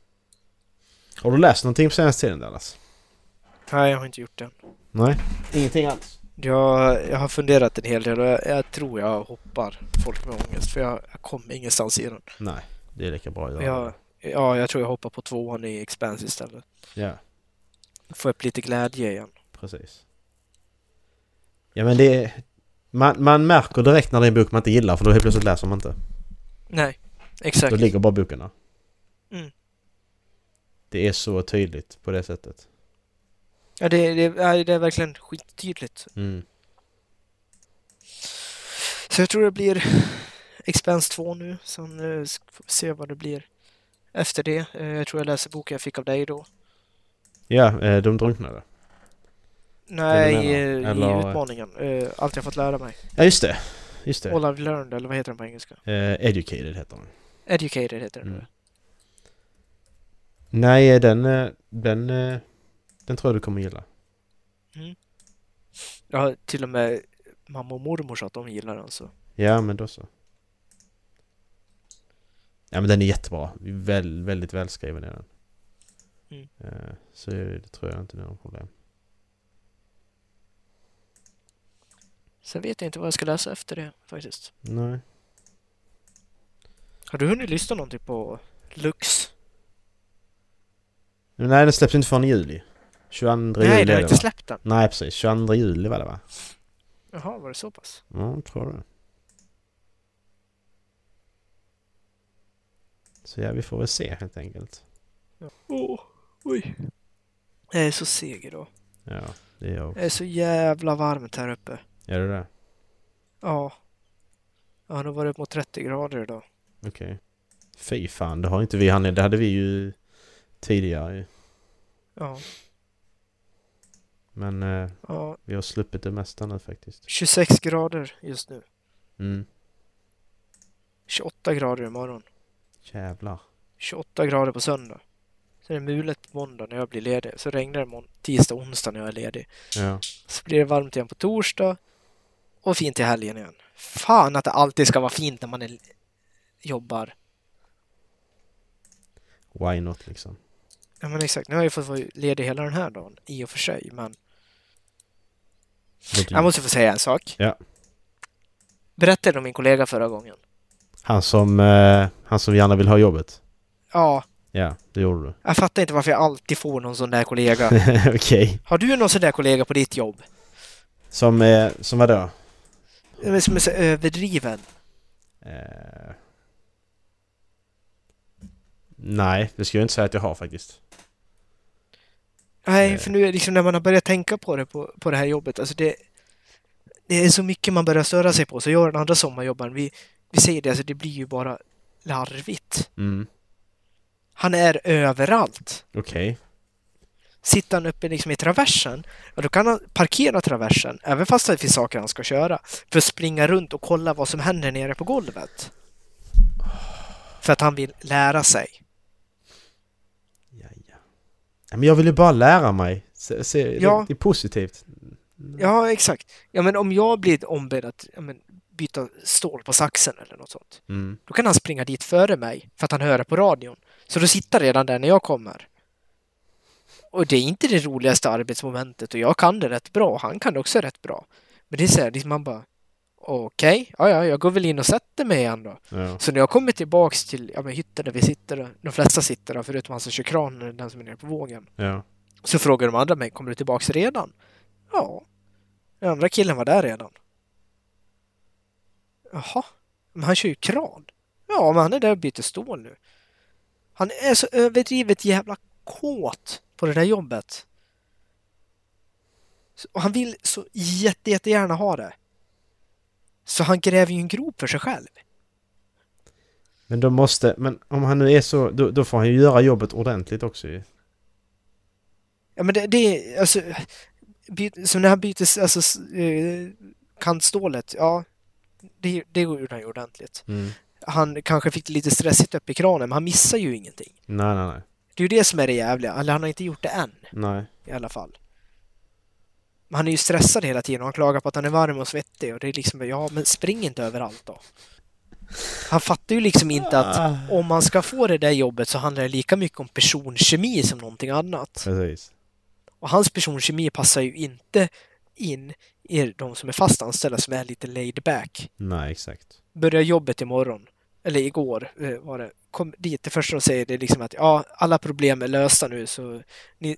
Speaker 3: Har du läst någonting på senaste tiden Dallas?
Speaker 2: Nej, jag har inte gjort det.
Speaker 3: Nej. Ingenting alls?
Speaker 2: Jag, jag har funderat en hel del och jag, jag tror jag hoppar folk med ångest för jag, jag kommer ingenstans i den.
Speaker 3: Nej. Det är lika bra att göra
Speaker 2: Jag, ja, jag tror jag hoppar på tvåan i Expanse istället.
Speaker 3: det. Ja,
Speaker 2: Får upp lite glädje igen.
Speaker 3: precis. Ja men det är... Man, man märker direkt när det är en bok man inte gillar för då helt plötsligt läser man inte.
Speaker 2: Nej,
Speaker 3: Då
Speaker 2: exakt.
Speaker 3: ligger bara boken där.
Speaker 2: Mm.
Speaker 3: Det är så tydligt på det sättet.
Speaker 2: Ja, det, det, nej, det är verkligen skittydligt.
Speaker 3: Mm.
Speaker 2: Så jag tror det blir Expanse 2 nu. Sen eh, s- får vi se vad det blir efter det. Eh, Jag tror jag läser boken jag fick av dig då.
Speaker 3: Ja, eh, de drunknade.
Speaker 2: Nej,
Speaker 3: menar,
Speaker 2: eh, i
Speaker 3: eller-
Speaker 2: utmaningen. Eh, Allt jag fått lära mig.
Speaker 3: Ja just det. Just det.
Speaker 2: All I've learned, eller vad heter den på engelska?
Speaker 3: Eh, educated heter den.
Speaker 2: Educated heter den.
Speaker 3: Mm. Nej, den, eh, den, eh, den tror jag du kommer gilla.
Speaker 2: Jag har till och med mamma och mormor sa att de gillar den så.
Speaker 3: Ja, men då så. Ja, men den är jättebra. Väl, väldigt välskriven är den.
Speaker 2: Mm.
Speaker 3: Eh, Så det tror jag inte är något problem.
Speaker 2: Sen vet jag inte vad jag ska läsa efter det faktiskt.
Speaker 3: Nej.
Speaker 2: Har du hunnit lyssna någonting på Lux?
Speaker 3: Men Nej, den släpps inte förrän i juli. 22
Speaker 2: Nej,
Speaker 3: juli
Speaker 2: den
Speaker 3: är
Speaker 2: har
Speaker 3: det,
Speaker 2: inte
Speaker 3: va?
Speaker 2: släppt den.
Speaker 3: Nej, precis. 22 juli var det va?
Speaker 2: Jaha, var det så pass?
Speaker 3: Ja, jag tror det. Så ja, vi får väl se helt enkelt.
Speaker 2: Åh, oj. Jag är så seg idag.
Speaker 3: Ja, det är jag också.
Speaker 2: Det är så jävla varmt här uppe.
Speaker 3: Är det det?
Speaker 2: Ja. Jag har nog varit upp mot 30 grader idag.
Speaker 3: Okej. Fy fan, det har inte vi handlat. Det hade vi ju tidigare ju.
Speaker 2: Ja.
Speaker 3: Men eh,
Speaker 2: ja.
Speaker 3: vi har sluppit det mesta nu faktiskt.
Speaker 2: 26 grader just nu.
Speaker 3: Mm.
Speaker 2: 28 grader imorgon.
Speaker 3: Jävlar.
Speaker 2: 28 grader på söndag. Sen är det mulet på måndag när jag blir ledig. Så regnar det mån- tisdag och onsdag när jag är ledig.
Speaker 3: Ja.
Speaker 2: Så blir det varmt igen på torsdag. Och fint i helgen igen. Fan att det alltid ska vara fint när man är, jobbar.
Speaker 3: Why not liksom.
Speaker 2: Ja men exakt, nu har jag ju fått vara ledig hela den här dagen i och för sig. Men
Speaker 3: Vad du-
Speaker 2: jag måste få säga en sak.
Speaker 3: Ja.
Speaker 2: Berättade om min kollega förra gången.
Speaker 3: Han som, eh, han som gärna vill ha jobbet.
Speaker 2: Ja,
Speaker 3: Ja, det gjorde du.
Speaker 2: jag fattar inte varför jag alltid får någon sån där kollega.
Speaker 3: Okej.
Speaker 2: Har du någon sån där kollega på ditt jobb?
Speaker 3: Som, eh, som vadå?
Speaker 2: Ja, men Som är så överdriven?
Speaker 3: Eh... Nej, det skulle jag inte säga att jag har faktiskt.
Speaker 2: Nej,
Speaker 3: Nej.
Speaker 2: för nu är liksom när man har börjat tänka på det på, på det här jobbet, alltså det, det är så mycket man börjar störa sig på. Så jag och den andra sommarjobbaren, vi, vi säger det, alltså det blir ju bara larvigt.
Speaker 3: Mm.
Speaker 2: Han är överallt.
Speaker 3: Okej.
Speaker 2: Sitter han uppe liksom i traversen, ja, då kan han parkera traversen, även fast det finns saker han ska köra, för att springa runt och kolla vad som händer nere på golvet. För att han vill lära sig.
Speaker 3: Ja, ja. Ja, Men jag vill ju bara lära mig. Se, se,
Speaker 2: Ja.
Speaker 3: det, det är positivt.
Speaker 2: Ja, exakt. Ja, men om jag blir ombedd att ja, men, byta stål på saxen eller något sånt,
Speaker 3: Mm.
Speaker 2: då kan han springa dit före mig för att han hör det på radion. Så då sitter redan där när jag kommer. Och det är inte det roligaste arbetsmomentet och jag kan det rätt bra och han kan det också rätt bra. Men det är så här, liksom man bara okej, ja, ja, jag går väl in och sätter mig igen då.
Speaker 3: Ja.
Speaker 2: Så när jag kommer tillbaks till ja, men hytten där vi sitter, de flesta sitter där förutom han som kör kranen, den som är nere på vågen.
Speaker 3: Ja.
Speaker 2: Så frågar de andra mig, kommer du tillbaks redan? Ja. Den andra killen var där redan. Jaha, men han kör ju kran. Ja, men han är där och byter stål nu. Han är så överdrivet jävla kåt på det där jobbet. Så- Och han vill så jätte, jättegärna ha det. Så han gräver ju en grop för sig själv.
Speaker 3: Men då måste... Men om han nu är så... Då, då får han ju göra jobbet ordentligt också ju.
Speaker 2: Ja, men det, det är alltså... By, så när han byter alltså, s- eh, kantstålet, ja. Det, det gjorde han ju ordentligt. Han kanske fick det lite stressigt upp i kranen, men han missar ju ingenting.
Speaker 3: Nej, nej, nej.
Speaker 2: Det är ju det som är det jävliga. Eller han har inte gjort det än,
Speaker 3: Nej.
Speaker 2: i alla fall. Men han är ju stressad hela tiden och han klagar på att han är varm och svettig och det är liksom, ja men spring inte överallt då. Han fattar ju liksom inte att
Speaker 3: Ah.
Speaker 2: om man ska få det där jobbet så handlar det lika mycket om personkemi som någonting annat.
Speaker 3: Precis.
Speaker 2: Och hans personkemi passar ju inte in i de som är fast anställda som är lite laid back.
Speaker 3: Nej, exakt.
Speaker 2: Börjar jobbet imorgon, eller igår eh, var det. Kom dit, det första de säger det är liksom att ja, alla problem är lösta nu så ni,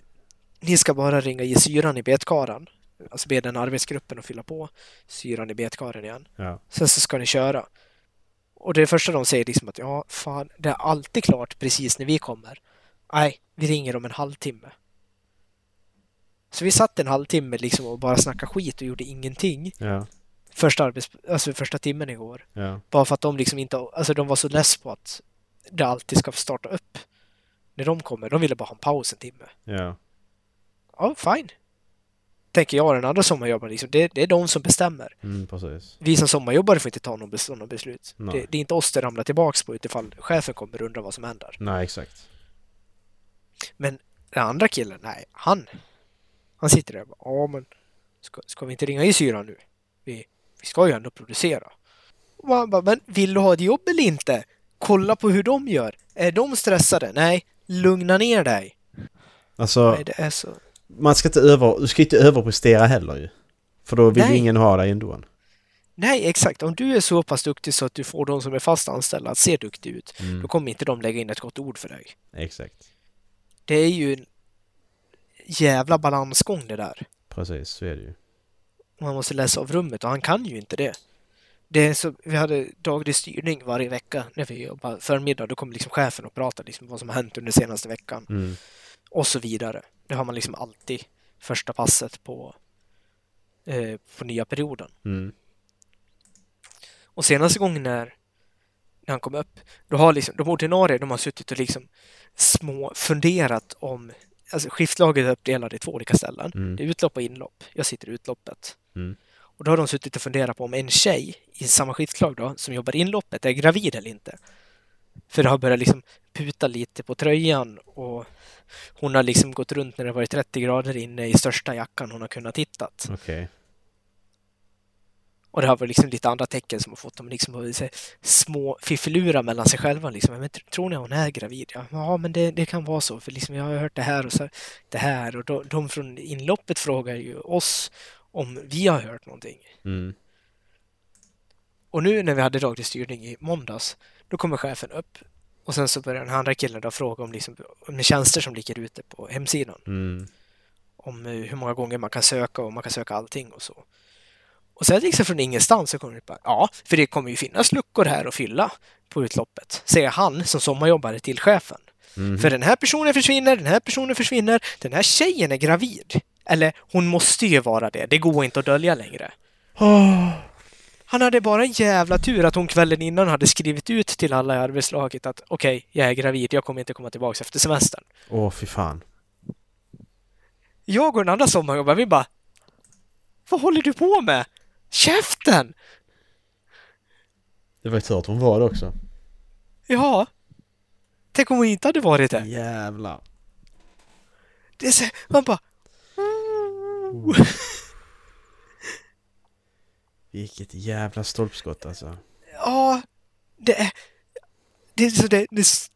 Speaker 2: ni ska bara ringa i syran i betkaren. Alltså be den arbetsgruppen att fylla på syran i betkaren igen.
Speaker 3: Ja.
Speaker 2: Sen så ska ni köra. Och det första de säger liksom att ja, fan, det är alltid klart precis när vi kommer. Nej, vi ringer om en halvtimme. Så vi satt en halvtimme liksom och bara snackade skit och gjorde ingenting
Speaker 3: Ja.
Speaker 2: första, arbets- alltså första timmen igår.
Speaker 3: Ja.
Speaker 2: Bara för att de liksom inte, alltså de var så less på att det alltid ska starta upp när de kommer. De ville bara ha en paus en timme.
Speaker 3: Ja.
Speaker 2: Ja, fine. Tänker jag och den andra sommarjobbaren liksom, det, det är de som bestämmer
Speaker 3: Mm, precis.
Speaker 2: vi som sommarjobbare får inte ta någon bes- sådana beslut.
Speaker 3: Nej.
Speaker 2: Det, det är inte oss det ramlar tillbaks på utifall chefen kommer och undrar vad som händer.
Speaker 3: Nej, exakt.
Speaker 2: Men den andra killen, nej, han han sitter där och bara, ja men ska, ska vi inte ringa i syran nu? Vi, vi ska ju ändå producera. Och man bara, men vill du ha ett jobb eller inte? Kolla på hur de gör. Är de stressade? Nej, lugna ner dig.
Speaker 3: Alltså,
Speaker 2: Nej, det är så.
Speaker 3: man ska inte över... Du ska inte överprestera heller ju. För då vill ju
Speaker 2: Nej.
Speaker 3: ingen ha dig ändå.
Speaker 2: Nej, exakt. Om du är så pass duktig så att du får de som är fast anställda att se duktig ut,
Speaker 3: Mm.
Speaker 2: då kommer inte de lägga in ett gott ord för dig.
Speaker 3: Exakt.
Speaker 2: det är ju en jävla balansgång det där.
Speaker 3: Precis, så är det ju.
Speaker 2: Man måste läsa av rummet och han kan ju inte det. det är så, vi hade daglig styrning varje vecka när vi jobbade. Förmiddag då kom liksom chefen och pratade liksom vad som har hänt under senaste veckan
Speaker 3: Mm.
Speaker 2: och så vidare. Det har man liksom alltid första passet på, eh, på nya perioden.
Speaker 3: Mm.
Speaker 2: Och senaste gången när, när han kom upp, då har liksom, de ordinarie de har suttit och liksom små funderat om... Alltså skiftlaget är uppdelade i två olika ställen.
Speaker 3: Mm.
Speaker 2: Det är utlopp och inlopp. Jag sitter i utloppet.
Speaker 3: Mm.
Speaker 2: Och då har de suttit och funderat på om en tjej i samma skiftlag då, som jobbar inloppet, är gravid eller inte. För det har börjat liksom puta lite på tröjan och hon har liksom gått runt när det har varit 30 grader inne i största jackan hon har kunnat hittat.
Speaker 3: Okej.
Speaker 2: Och det här var liksom lite andra tecken som har fått dem liksom att se- små fiffilura mellan sig själva. Liksom. Men tr- tror ni hon är gravid? Ja, ja men det, det kan vara så. För liksom, jag har hört det här och så, det här. Och de, de från inloppet frågar ju oss om vi har hört någonting.
Speaker 3: Mm.
Speaker 2: Och nu när vi hade daglig styrning i måndags, då kommer chefen upp. Och sen så börjar den andra killen då fråga om, liksom, om tjänster som ligger ute på hemsidan.
Speaker 3: Mm.
Speaker 2: om eh, hur många gånger man kan söka och man kan söka allting och så. Och sen liksom från ingenstans så kommer det bara, ja, för det kommer ju finnas luckor här att fylla på utloppet, säger han som sommarjobbare till chefen.
Speaker 3: Mhm.
Speaker 2: För den här personen försvinner, den här personen försvinner, den här tjejen är gravid. Eller, hon måste ju vara det, det går inte att dölja längre. Han hade bara en jävla tur att hon kvällen innan hade skrivit ut till alla i arbetslaget att okej, jag är gravid, jag kommer inte komma tillbaka efter semestern.
Speaker 3: Åh, oh, fy fan.
Speaker 2: Jag och den andra sommarjobbaren, vi bara Vad håller du på med? Käften!
Speaker 3: Det var ju tur att hon var det också.
Speaker 2: Ja, Tänk om hon inte hade varit det.
Speaker 3: Jävlar.
Speaker 2: det är så, man bara...
Speaker 3: Vilket jävla stolpskott alltså.
Speaker 2: Ja, det är... Det är så det, det s-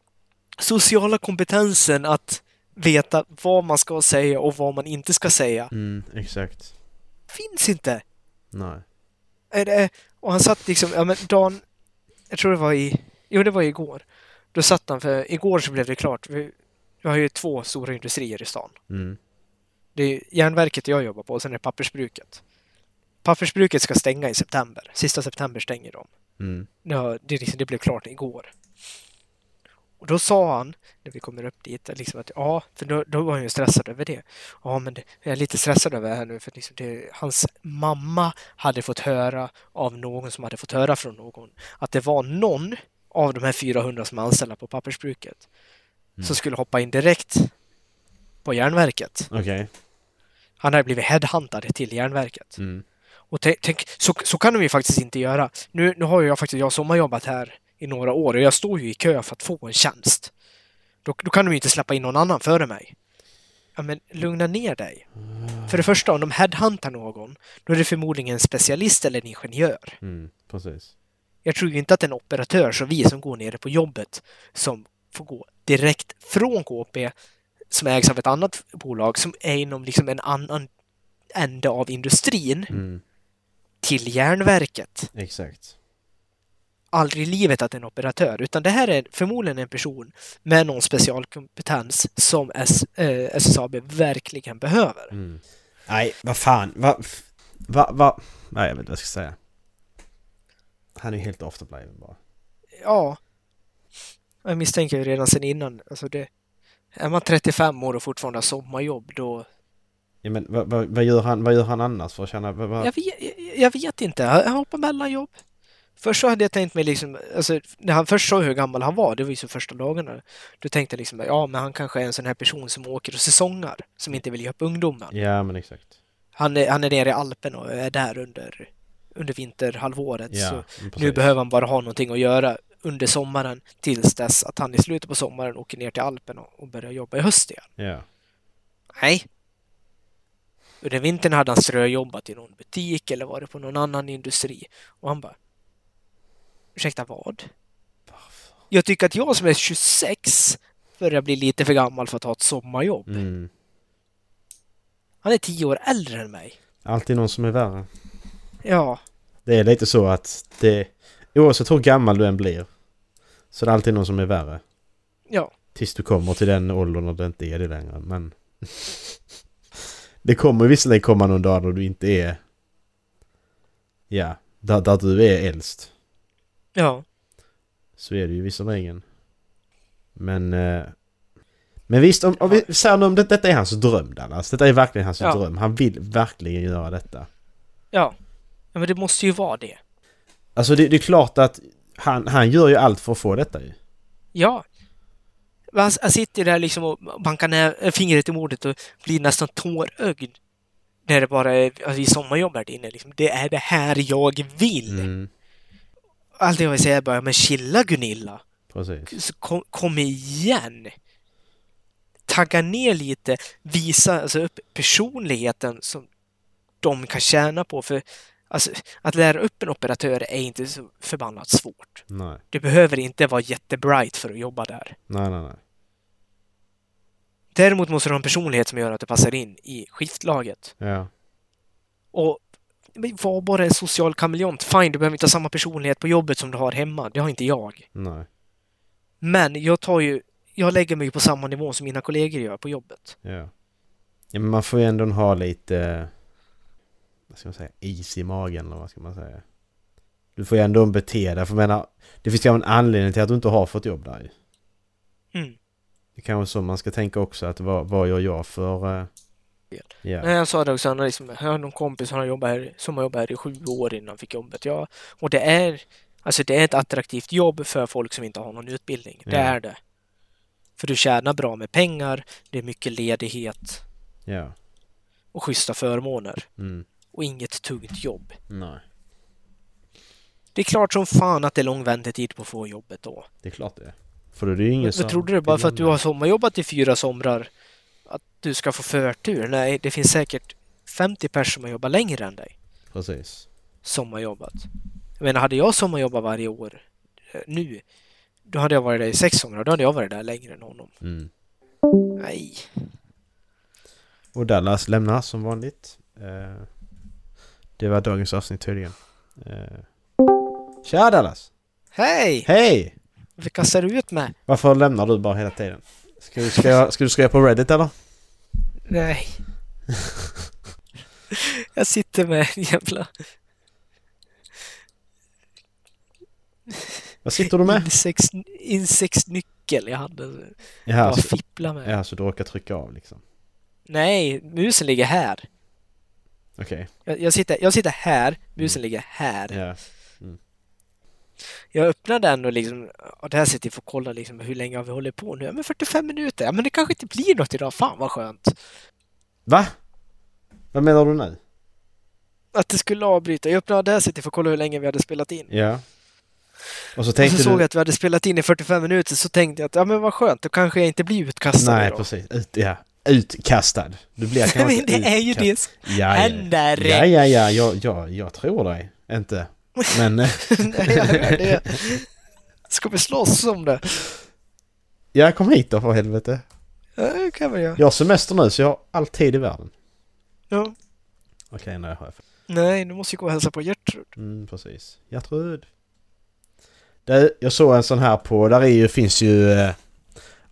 Speaker 2: sociala kompetensen att veta vad man ska säga och vad man inte ska säga
Speaker 3: Mm, exakt.
Speaker 2: finns inte.
Speaker 3: Nej.
Speaker 2: Är det- Och han satt liksom, ja men Dan, jag tror det var i, jo det var igår. Då satt han, för igår så blev det klart, vi, vi har ju två stora industrier i stan.
Speaker 3: Mm.
Speaker 2: Det är järnverket jag jobbar på och sen är det pappersbruket. Pappersbruket ska stänga i september, sista september stänger de.
Speaker 3: Mm.
Speaker 2: Ja, det, är liksom, det blev klart igår. Och då sa han, när vi kommer upp dit, att liksom att ja, för då, då var han ju stressad över det. Ja, men det, jag är lite stressad över det här nu för att liksom det, hans mamma hade fått höra av någon som hade fått höra från någon att det var någon av de här 400 som är anställda på pappersbruket som skulle hoppa in direkt på järnverket.
Speaker 3: Okej.
Speaker 2: Han hade blivit headhuntad till järnverket.
Speaker 3: Mm.
Speaker 2: Och tänk, tänk så, så kan de ju faktiskt inte göra. Nu, nu har ju jag faktiskt jag har sommarjobbat här i några år och jag står ju i kö för att få en tjänst. Då, då kan de ju inte släppa in någon annan före mig. Ja, men lugna ner dig. För det första, om de headhuntar någon, då är det förmodligen en specialist eller en ingenjör.
Speaker 3: Mm. Precis.
Speaker 2: Jag tror ju inte att det är en operatör som vi som går nere på jobbet som får gå direkt från KP som ägs av ett annat bolag som är inom liksom en annan ände av industrin
Speaker 3: Mm.
Speaker 2: till järnverket.
Speaker 3: Exakt.
Speaker 2: Aldrig i livet att en operatör, utan det här är förmodligen en person med någon specialkompetens som S, eh, SSAB verkligen behöver.
Speaker 3: Mm. Nej, vad fan. Vad... f- Vad... vad... Nej, jag vet inte vad jag ska säga. Han är ju helt off the play bara.
Speaker 2: Ja, jag misstänker ju redan sen innan, alltså det, är man 35 år och fortfarande har sommarjobb då...
Speaker 3: Ja, men vad, vad, vad, gör han, vad gör han annars för att tjäna... Vad, vad...
Speaker 2: Jag vet, jag- jag vet inte, han hoppar mellan jobb. Först så hade jag tänkt mig liksom, alltså, när han först sa hur gammal han var, det var ju så första dagarna, då tänkte jag liksom, ja men han kanske är en sån här person som åker och säsongar, som inte vill ge upp ungdomen.
Speaker 3: Ja, men exakt.
Speaker 2: Han är, han är nere i Alpen och är där under, under vinterhalvåret.
Speaker 3: Ja,
Speaker 2: så
Speaker 3: men precis.
Speaker 2: nu behöver han bara ha någonting att göra under sommaren tills dess att han i slutet på sommaren åker ner till Alpen och, och börjar jobba i höst igen.
Speaker 3: Ja.
Speaker 2: Nej. Under vintern hade han ströjobbat i någon butik eller var det på någon annan industri. Och han bara... Ursäkta vad? Jag tycker att jag som är 26 börjar bli lite för gammal för att ha ett sommarjobb.
Speaker 3: Mm.
Speaker 2: Han är 10 år äldre än mig.
Speaker 3: Alltid någon som är värre.
Speaker 2: Ja.
Speaker 3: Det är lite så att det... Oavsett hur gammal du än blir så är det alltid någon som är värre.
Speaker 2: Ja.
Speaker 3: Tills du kommer till den åldern när det inte är det längre, men... det kommer visserligen komma någon dag då du inte är... Ja, där, där du är äldst.
Speaker 2: Ja.
Speaker 3: Så är det ju visserligen. Men... Eh, men visst, om, om vi säger nu om det, detta är hans dröm Dallas. Detta är verkligen hans
Speaker 2: Ja.
Speaker 3: dröm. Han vill verkligen göra detta.
Speaker 2: Ja. ja, men det måste ju vara det.
Speaker 3: Alltså det, det är klart att han, han gör ju allt för att få detta ju.
Speaker 2: Ja. Men Han, han sitter där liksom och bankar ner fingret i bordet och blir nästan tårögd. När det bara är alltså, i sommarjobb här inne. Liksom. Det är det här jag vill.
Speaker 3: Mm,
Speaker 2: Allt jag vill säga är bara, men chilla Gunilla.
Speaker 3: precis.
Speaker 2: Så kom, kom igen. Tagga ner lite. Visa alltså, upp personligheten som de kan tjäna på. För alltså, att lära upp en operatör är inte så förbannat svårt.
Speaker 3: Nej,
Speaker 2: Du behöver inte vara jättebright för att jobba där.
Speaker 3: nej, nej. nej.
Speaker 2: Däremot måste du ha en personlighet som gör att du passar in i skiftlaget.
Speaker 3: Ja.
Speaker 2: Och men var bara en social kameleont. Fine, du behöver inte ha samma personlighet på jobbet som du har hemma. Det har inte jag.
Speaker 3: Nej.
Speaker 2: Men jag tar ju... Jag lägger mig på samma nivå som mina kollegor gör på jobbet.
Speaker 3: Ja. ja men man får ju ändå ha lite... eh, Vad ska man säga? Is i magen eller vad ska man säga? Du får ju ändå bete dig. För jag menar, det finns ju en anledning till att du inte har fått jobb där ju.
Speaker 2: Mm.
Speaker 3: Det kan vara så man ska tänka också att vad, vad gör jag för... eh,
Speaker 2: Fel.
Speaker 3: Ja.
Speaker 2: Nej, Jag sa det också, han har liksom, jag har någon kompis som har jobbat här, som har jobbat här i sju år innan han fick jobbet. Ja, och det är, alltså det är ett attraktivt jobb för folk som inte har någon utbildning. Det
Speaker 3: Ja.
Speaker 2: är det. För du tjänar bra med pengar, det är mycket ledighet
Speaker 3: Ja.
Speaker 2: och schyssta förmåner
Speaker 3: Mm.
Speaker 2: och inget tungt jobb.
Speaker 3: Nej.
Speaker 2: Det är klart som fan att det är lång väntetid på att få jobbet då.
Speaker 3: Det är klart det är. För då är det ju ingen
Speaker 2: Men trodde du bara för att du har sommarjobbat i fyra somrar att du ska få förtur? Nej, det finns säkert 50 personer som har jobbat längre än dig.
Speaker 3: Precis.
Speaker 2: Sommarjobbat. Jag menar, hade jag sommarjobbat varje år eh, nu, då hade jag varit där i sex somrar. Då hade jag varit där längre än honom.
Speaker 3: Mm.
Speaker 2: Nej.
Speaker 3: Och Dallas lämnar som vanligt. Eh, det var dagens avsnitt tydligen. Eh. Tja Dallas!
Speaker 2: Hej!
Speaker 3: Hej!
Speaker 2: Vi kastar ut med.
Speaker 3: Varför lämnar du bara hela tiden? Ska du, ska, jag, ska du skriva på Reddit eller?
Speaker 2: Nej. jag sitter med en jävla
Speaker 3: Vad sitter du med?
Speaker 2: insekts- insektsnyckel jag hade.
Speaker 3: Ja,
Speaker 2: Bara
Speaker 3: så,
Speaker 2: fippla med.
Speaker 3: ja, så du råkar trycka av liksom.
Speaker 2: Nej, musen ligger här.
Speaker 3: Okej.
Speaker 2: Jag, jag, sitter, jag sitter här, musen ligger här.
Speaker 3: Mm. Ja.
Speaker 2: Jag öppnar den och liksom, och där sitter jag och får kolla liksom hur länge har vi hållit på nu? Ja men 45 minuter, ja men det kanske inte blir något idag, fan vad skönt.
Speaker 3: Va? Vad menar du nu?
Speaker 2: Att det skulle avbryta, jag öppnar där sitter jag för att kolla hur länge vi hade spelat in.
Speaker 3: Ja. Och så
Speaker 2: Och
Speaker 3: tänkte
Speaker 2: så såg
Speaker 3: du...
Speaker 2: jag att vi hade spelat in i 45 minuter så tänkte jag att ja men vad skönt, då kanske jag inte blir utkastad
Speaker 3: Nej,
Speaker 2: idag.
Speaker 3: precis. Ut, ja. Utkastad. Du blir kanske
Speaker 2: Men det är ju
Speaker 3: utkastad.
Speaker 2: det som
Speaker 3: ja, ja.
Speaker 2: händer.
Speaker 3: Ja, ja, ja. Jag, jag, jag tror dig. Inte. Men... eh,
Speaker 2: Nej, jag hör det. Ska vi slåss om det?
Speaker 3: jag kom hit då, för helvete.
Speaker 2: Ja, det kan vi göra.
Speaker 3: Jag har semester nu, så jag har all tid i världen.
Speaker 2: Ja.
Speaker 3: Okej, nej, jag har
Speaker 2: Nej, nu måste vi gå och hälsa på Gertrud.
Speaker 3: Mm, precis. Gertrud. Du, jag såg en sån här på, där är ju, finns ju eh,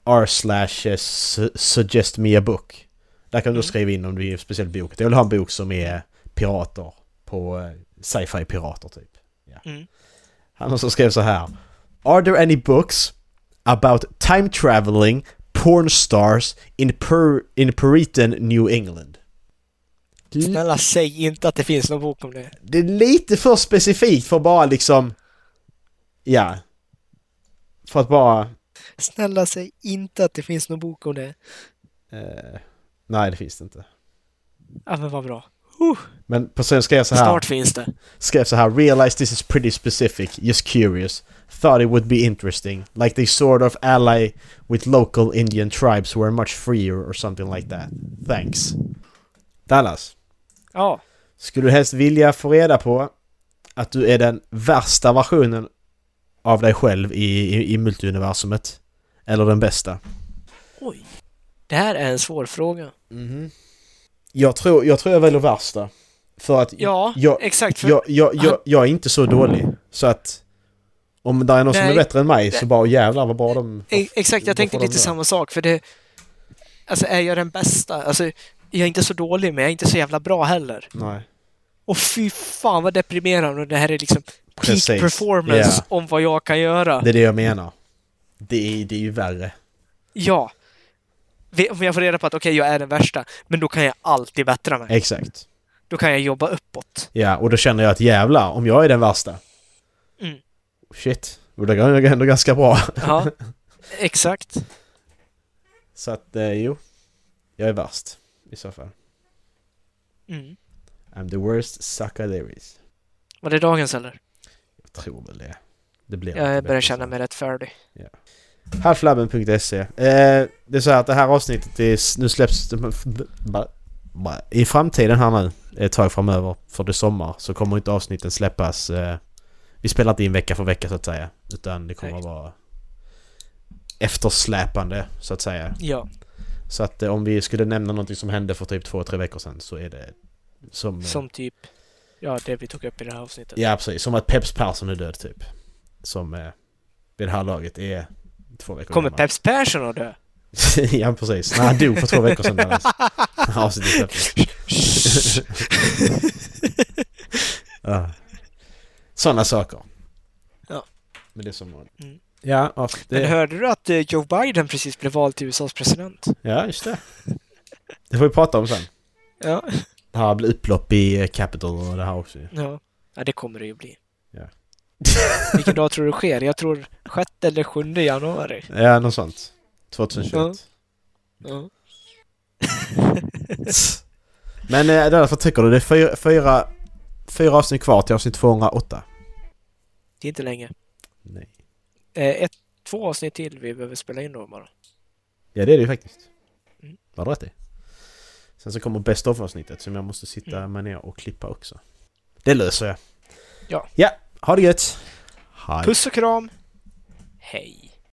Speaker 3: r slash eh, su- suggest me a book. Där kan du
Speaker 2: Mm.
Speaker 3: skriva in om du vill en speciell bok. Jag vill ha en bok som är pirater på eh, sci-fi pirater typ. Ja.
Speaker 2: Mm.
Speaker 3: Han som skrev så här. Are there any books about time traveling porn stars in, per- in Puritan New England? Du-
Speaker 2: Snälla säg inte att det finns någon bok om det.
Speaker 3: det är lite för specifikt för att bara liksom... Ja. För att bara...
Speaker 2: Snälla säg inte att det finns någon bok om det.
Speaker 3: Eh, nej, det finns det inte.
Speaker 2: Ja, men vad bra.
Speaker 3: Men personen skrev så här,
Speaker 2: Snart finns det.
Speaker 3: skrev så här “Realize this is pretty specific, just curious. Thought it would be interesting. Like they sort of ally with local Indian tribes who are much freer or something like that. Thanks.” Dallas,
Speaker 2: Ja.
Speaker 3: skulle du helst vilja få reda på att du är den värsta versionen av dig själv i, i, i multiuniversumet? Eller den bästa?
Speaker 2: Oj. Det här är en svår fråga.
Speaker 3: Mhm. Jag tror jag, tror jag väljer värsta. För att
Speaker 2: Ja,
Speaker 3: jag,
Speaker 2: exakt. För...
Speaker 3: jag, jag, jag, jag är inte så dålig. Så att om det är någon som är
Speaker 2: Nej.
Speaker 3: bättre än mig så bara jävlar vad bra de...
Speaker 2: E- Exakt, jag
Speaker 3: Vad
Speaker 2: tänkte
Speaker 3: får de
Speaker 2: lite
Speaker 3: då?
Speaker 2: samma sak. För det... Alltså, är jag den bästa? Alltså, jag är inte så dålig, men jag är inte så jävla bra heller.
Speaker 3: Nej.
Speaker 2: Och fy fan vad deprimerande. Det här är liksom peak
Speaker 3: Precis.
Speaker 2: performance
Speaker 3: Ja.
Speaker 2: om vad jag kan göra.
Speaker 3: Det är det jag menar. Det är, det är ju värre.
Speaker 2: Ja. Ve- Om jag får reda på att okej, jag är den värsta, men då kan jag alltid bättra mig.
Speaker 3: Exakt.
Speaker 2: Då kan jag jobba uppåt.
Speaker 3: Ja, och då känner jag att jävlar om jag är den värsta.
Speaker 2: Mm.
Speaker 3: Shit. Och det går ändå ganska bra.
Speaker 2: Ja, exakt.
Speaker 3: Så att, eh, jo. Jag är värst. I så fall.
Speaker 2: Mm.
Speaker 3: I'm the worst sucker there is.
Speaker 2: Var det dagens eller?
Speaker 3: Jag tror väl det. Det blir inte
Speaker 2: Jag
Speaker 3: bättre
Speaker 2: börjar
Speaker 3: så.
Speaker 2: känna mig rättfärdig.
Speaker 3: Halflabben.se eh, Det är så här att det här avsnittet är, nu släpps i framtiden här nu ett tag framöver för det är sommar så kommer inte avsnitten släppas eh, vi spelar inte in vecka för vecka så att säga utan det kommer
Speaker 2: Nej.
Speaker 3: att vara eftersläpande så att säga
Speaker 2: Ja.
Speaker 3: så att eh, om vi skulle nämna någonting som hände för typ två, tre veckor sedan så är det som, eh,
Speaker 2: Som typ, ja, det vi tog upp i det här avsnittet.
Speaker 3: ja precis, som att Peps Persson är död typ som eh, vid det här laget är två veckor
Speaker 2: Kommer
Speaker 3: gammal.
Speaker 2: Peps Persson att dö?
Speaker 3: ja precis, när han dog för två veckor sedan Dallas. Avsnittet släpptes. ja. Sådana saker.
Speaker 2: Ja.
Speaker 3: Men det är som vanligt.
Speaker 2: Mm.
Speaker 3: Ja, och
Speaker 2: Men
Speaker 3: det...
Speaker 2: hörde du att eh, Joe Biden precis blev vald till USAs president?
Speaker 3: Ja, just det. Det får vi prata om sen.
Speaker 2: Ja.
Speaker 3: Det här blir upplopp i eh, Capitol och det här också ju.
Speaker 2: Ja, ja det kommer det ju bli.
Speaker 3: Ja.
Speaker 2: Vilken dag tror du det sker? Jag tror 6 eller 7 januari.
Speaker 3: Ja, något sånt. 2021.
Speaker 2: Ja. Ja.
Speaker 3: Men eh, Dallas, vad tycker du? Det är fyra, fyra, fyra avsnitt kvar till avsnitt 208.
Speaker 2: Det är inte länge.
Speaker 3: Nej.
Speaker 2: Eh, ett, två avsnitt till vi behöver spela in då bara.
Speaker 3: Ja det är det ju faktiskt.
Speaker 2: Mm.
Speaker 3: Vad har du rätt i. Sen så kommer bäst av avsnittet som jag måste sitta
Speaker 2: Mm.
Speaker 3: med ner och klippa också. Det löser jag.
Speaker 2: Ja.
Speaker 3: Ja, ha det gött! Hej.
Speaker 2: Puss och kram! Hej!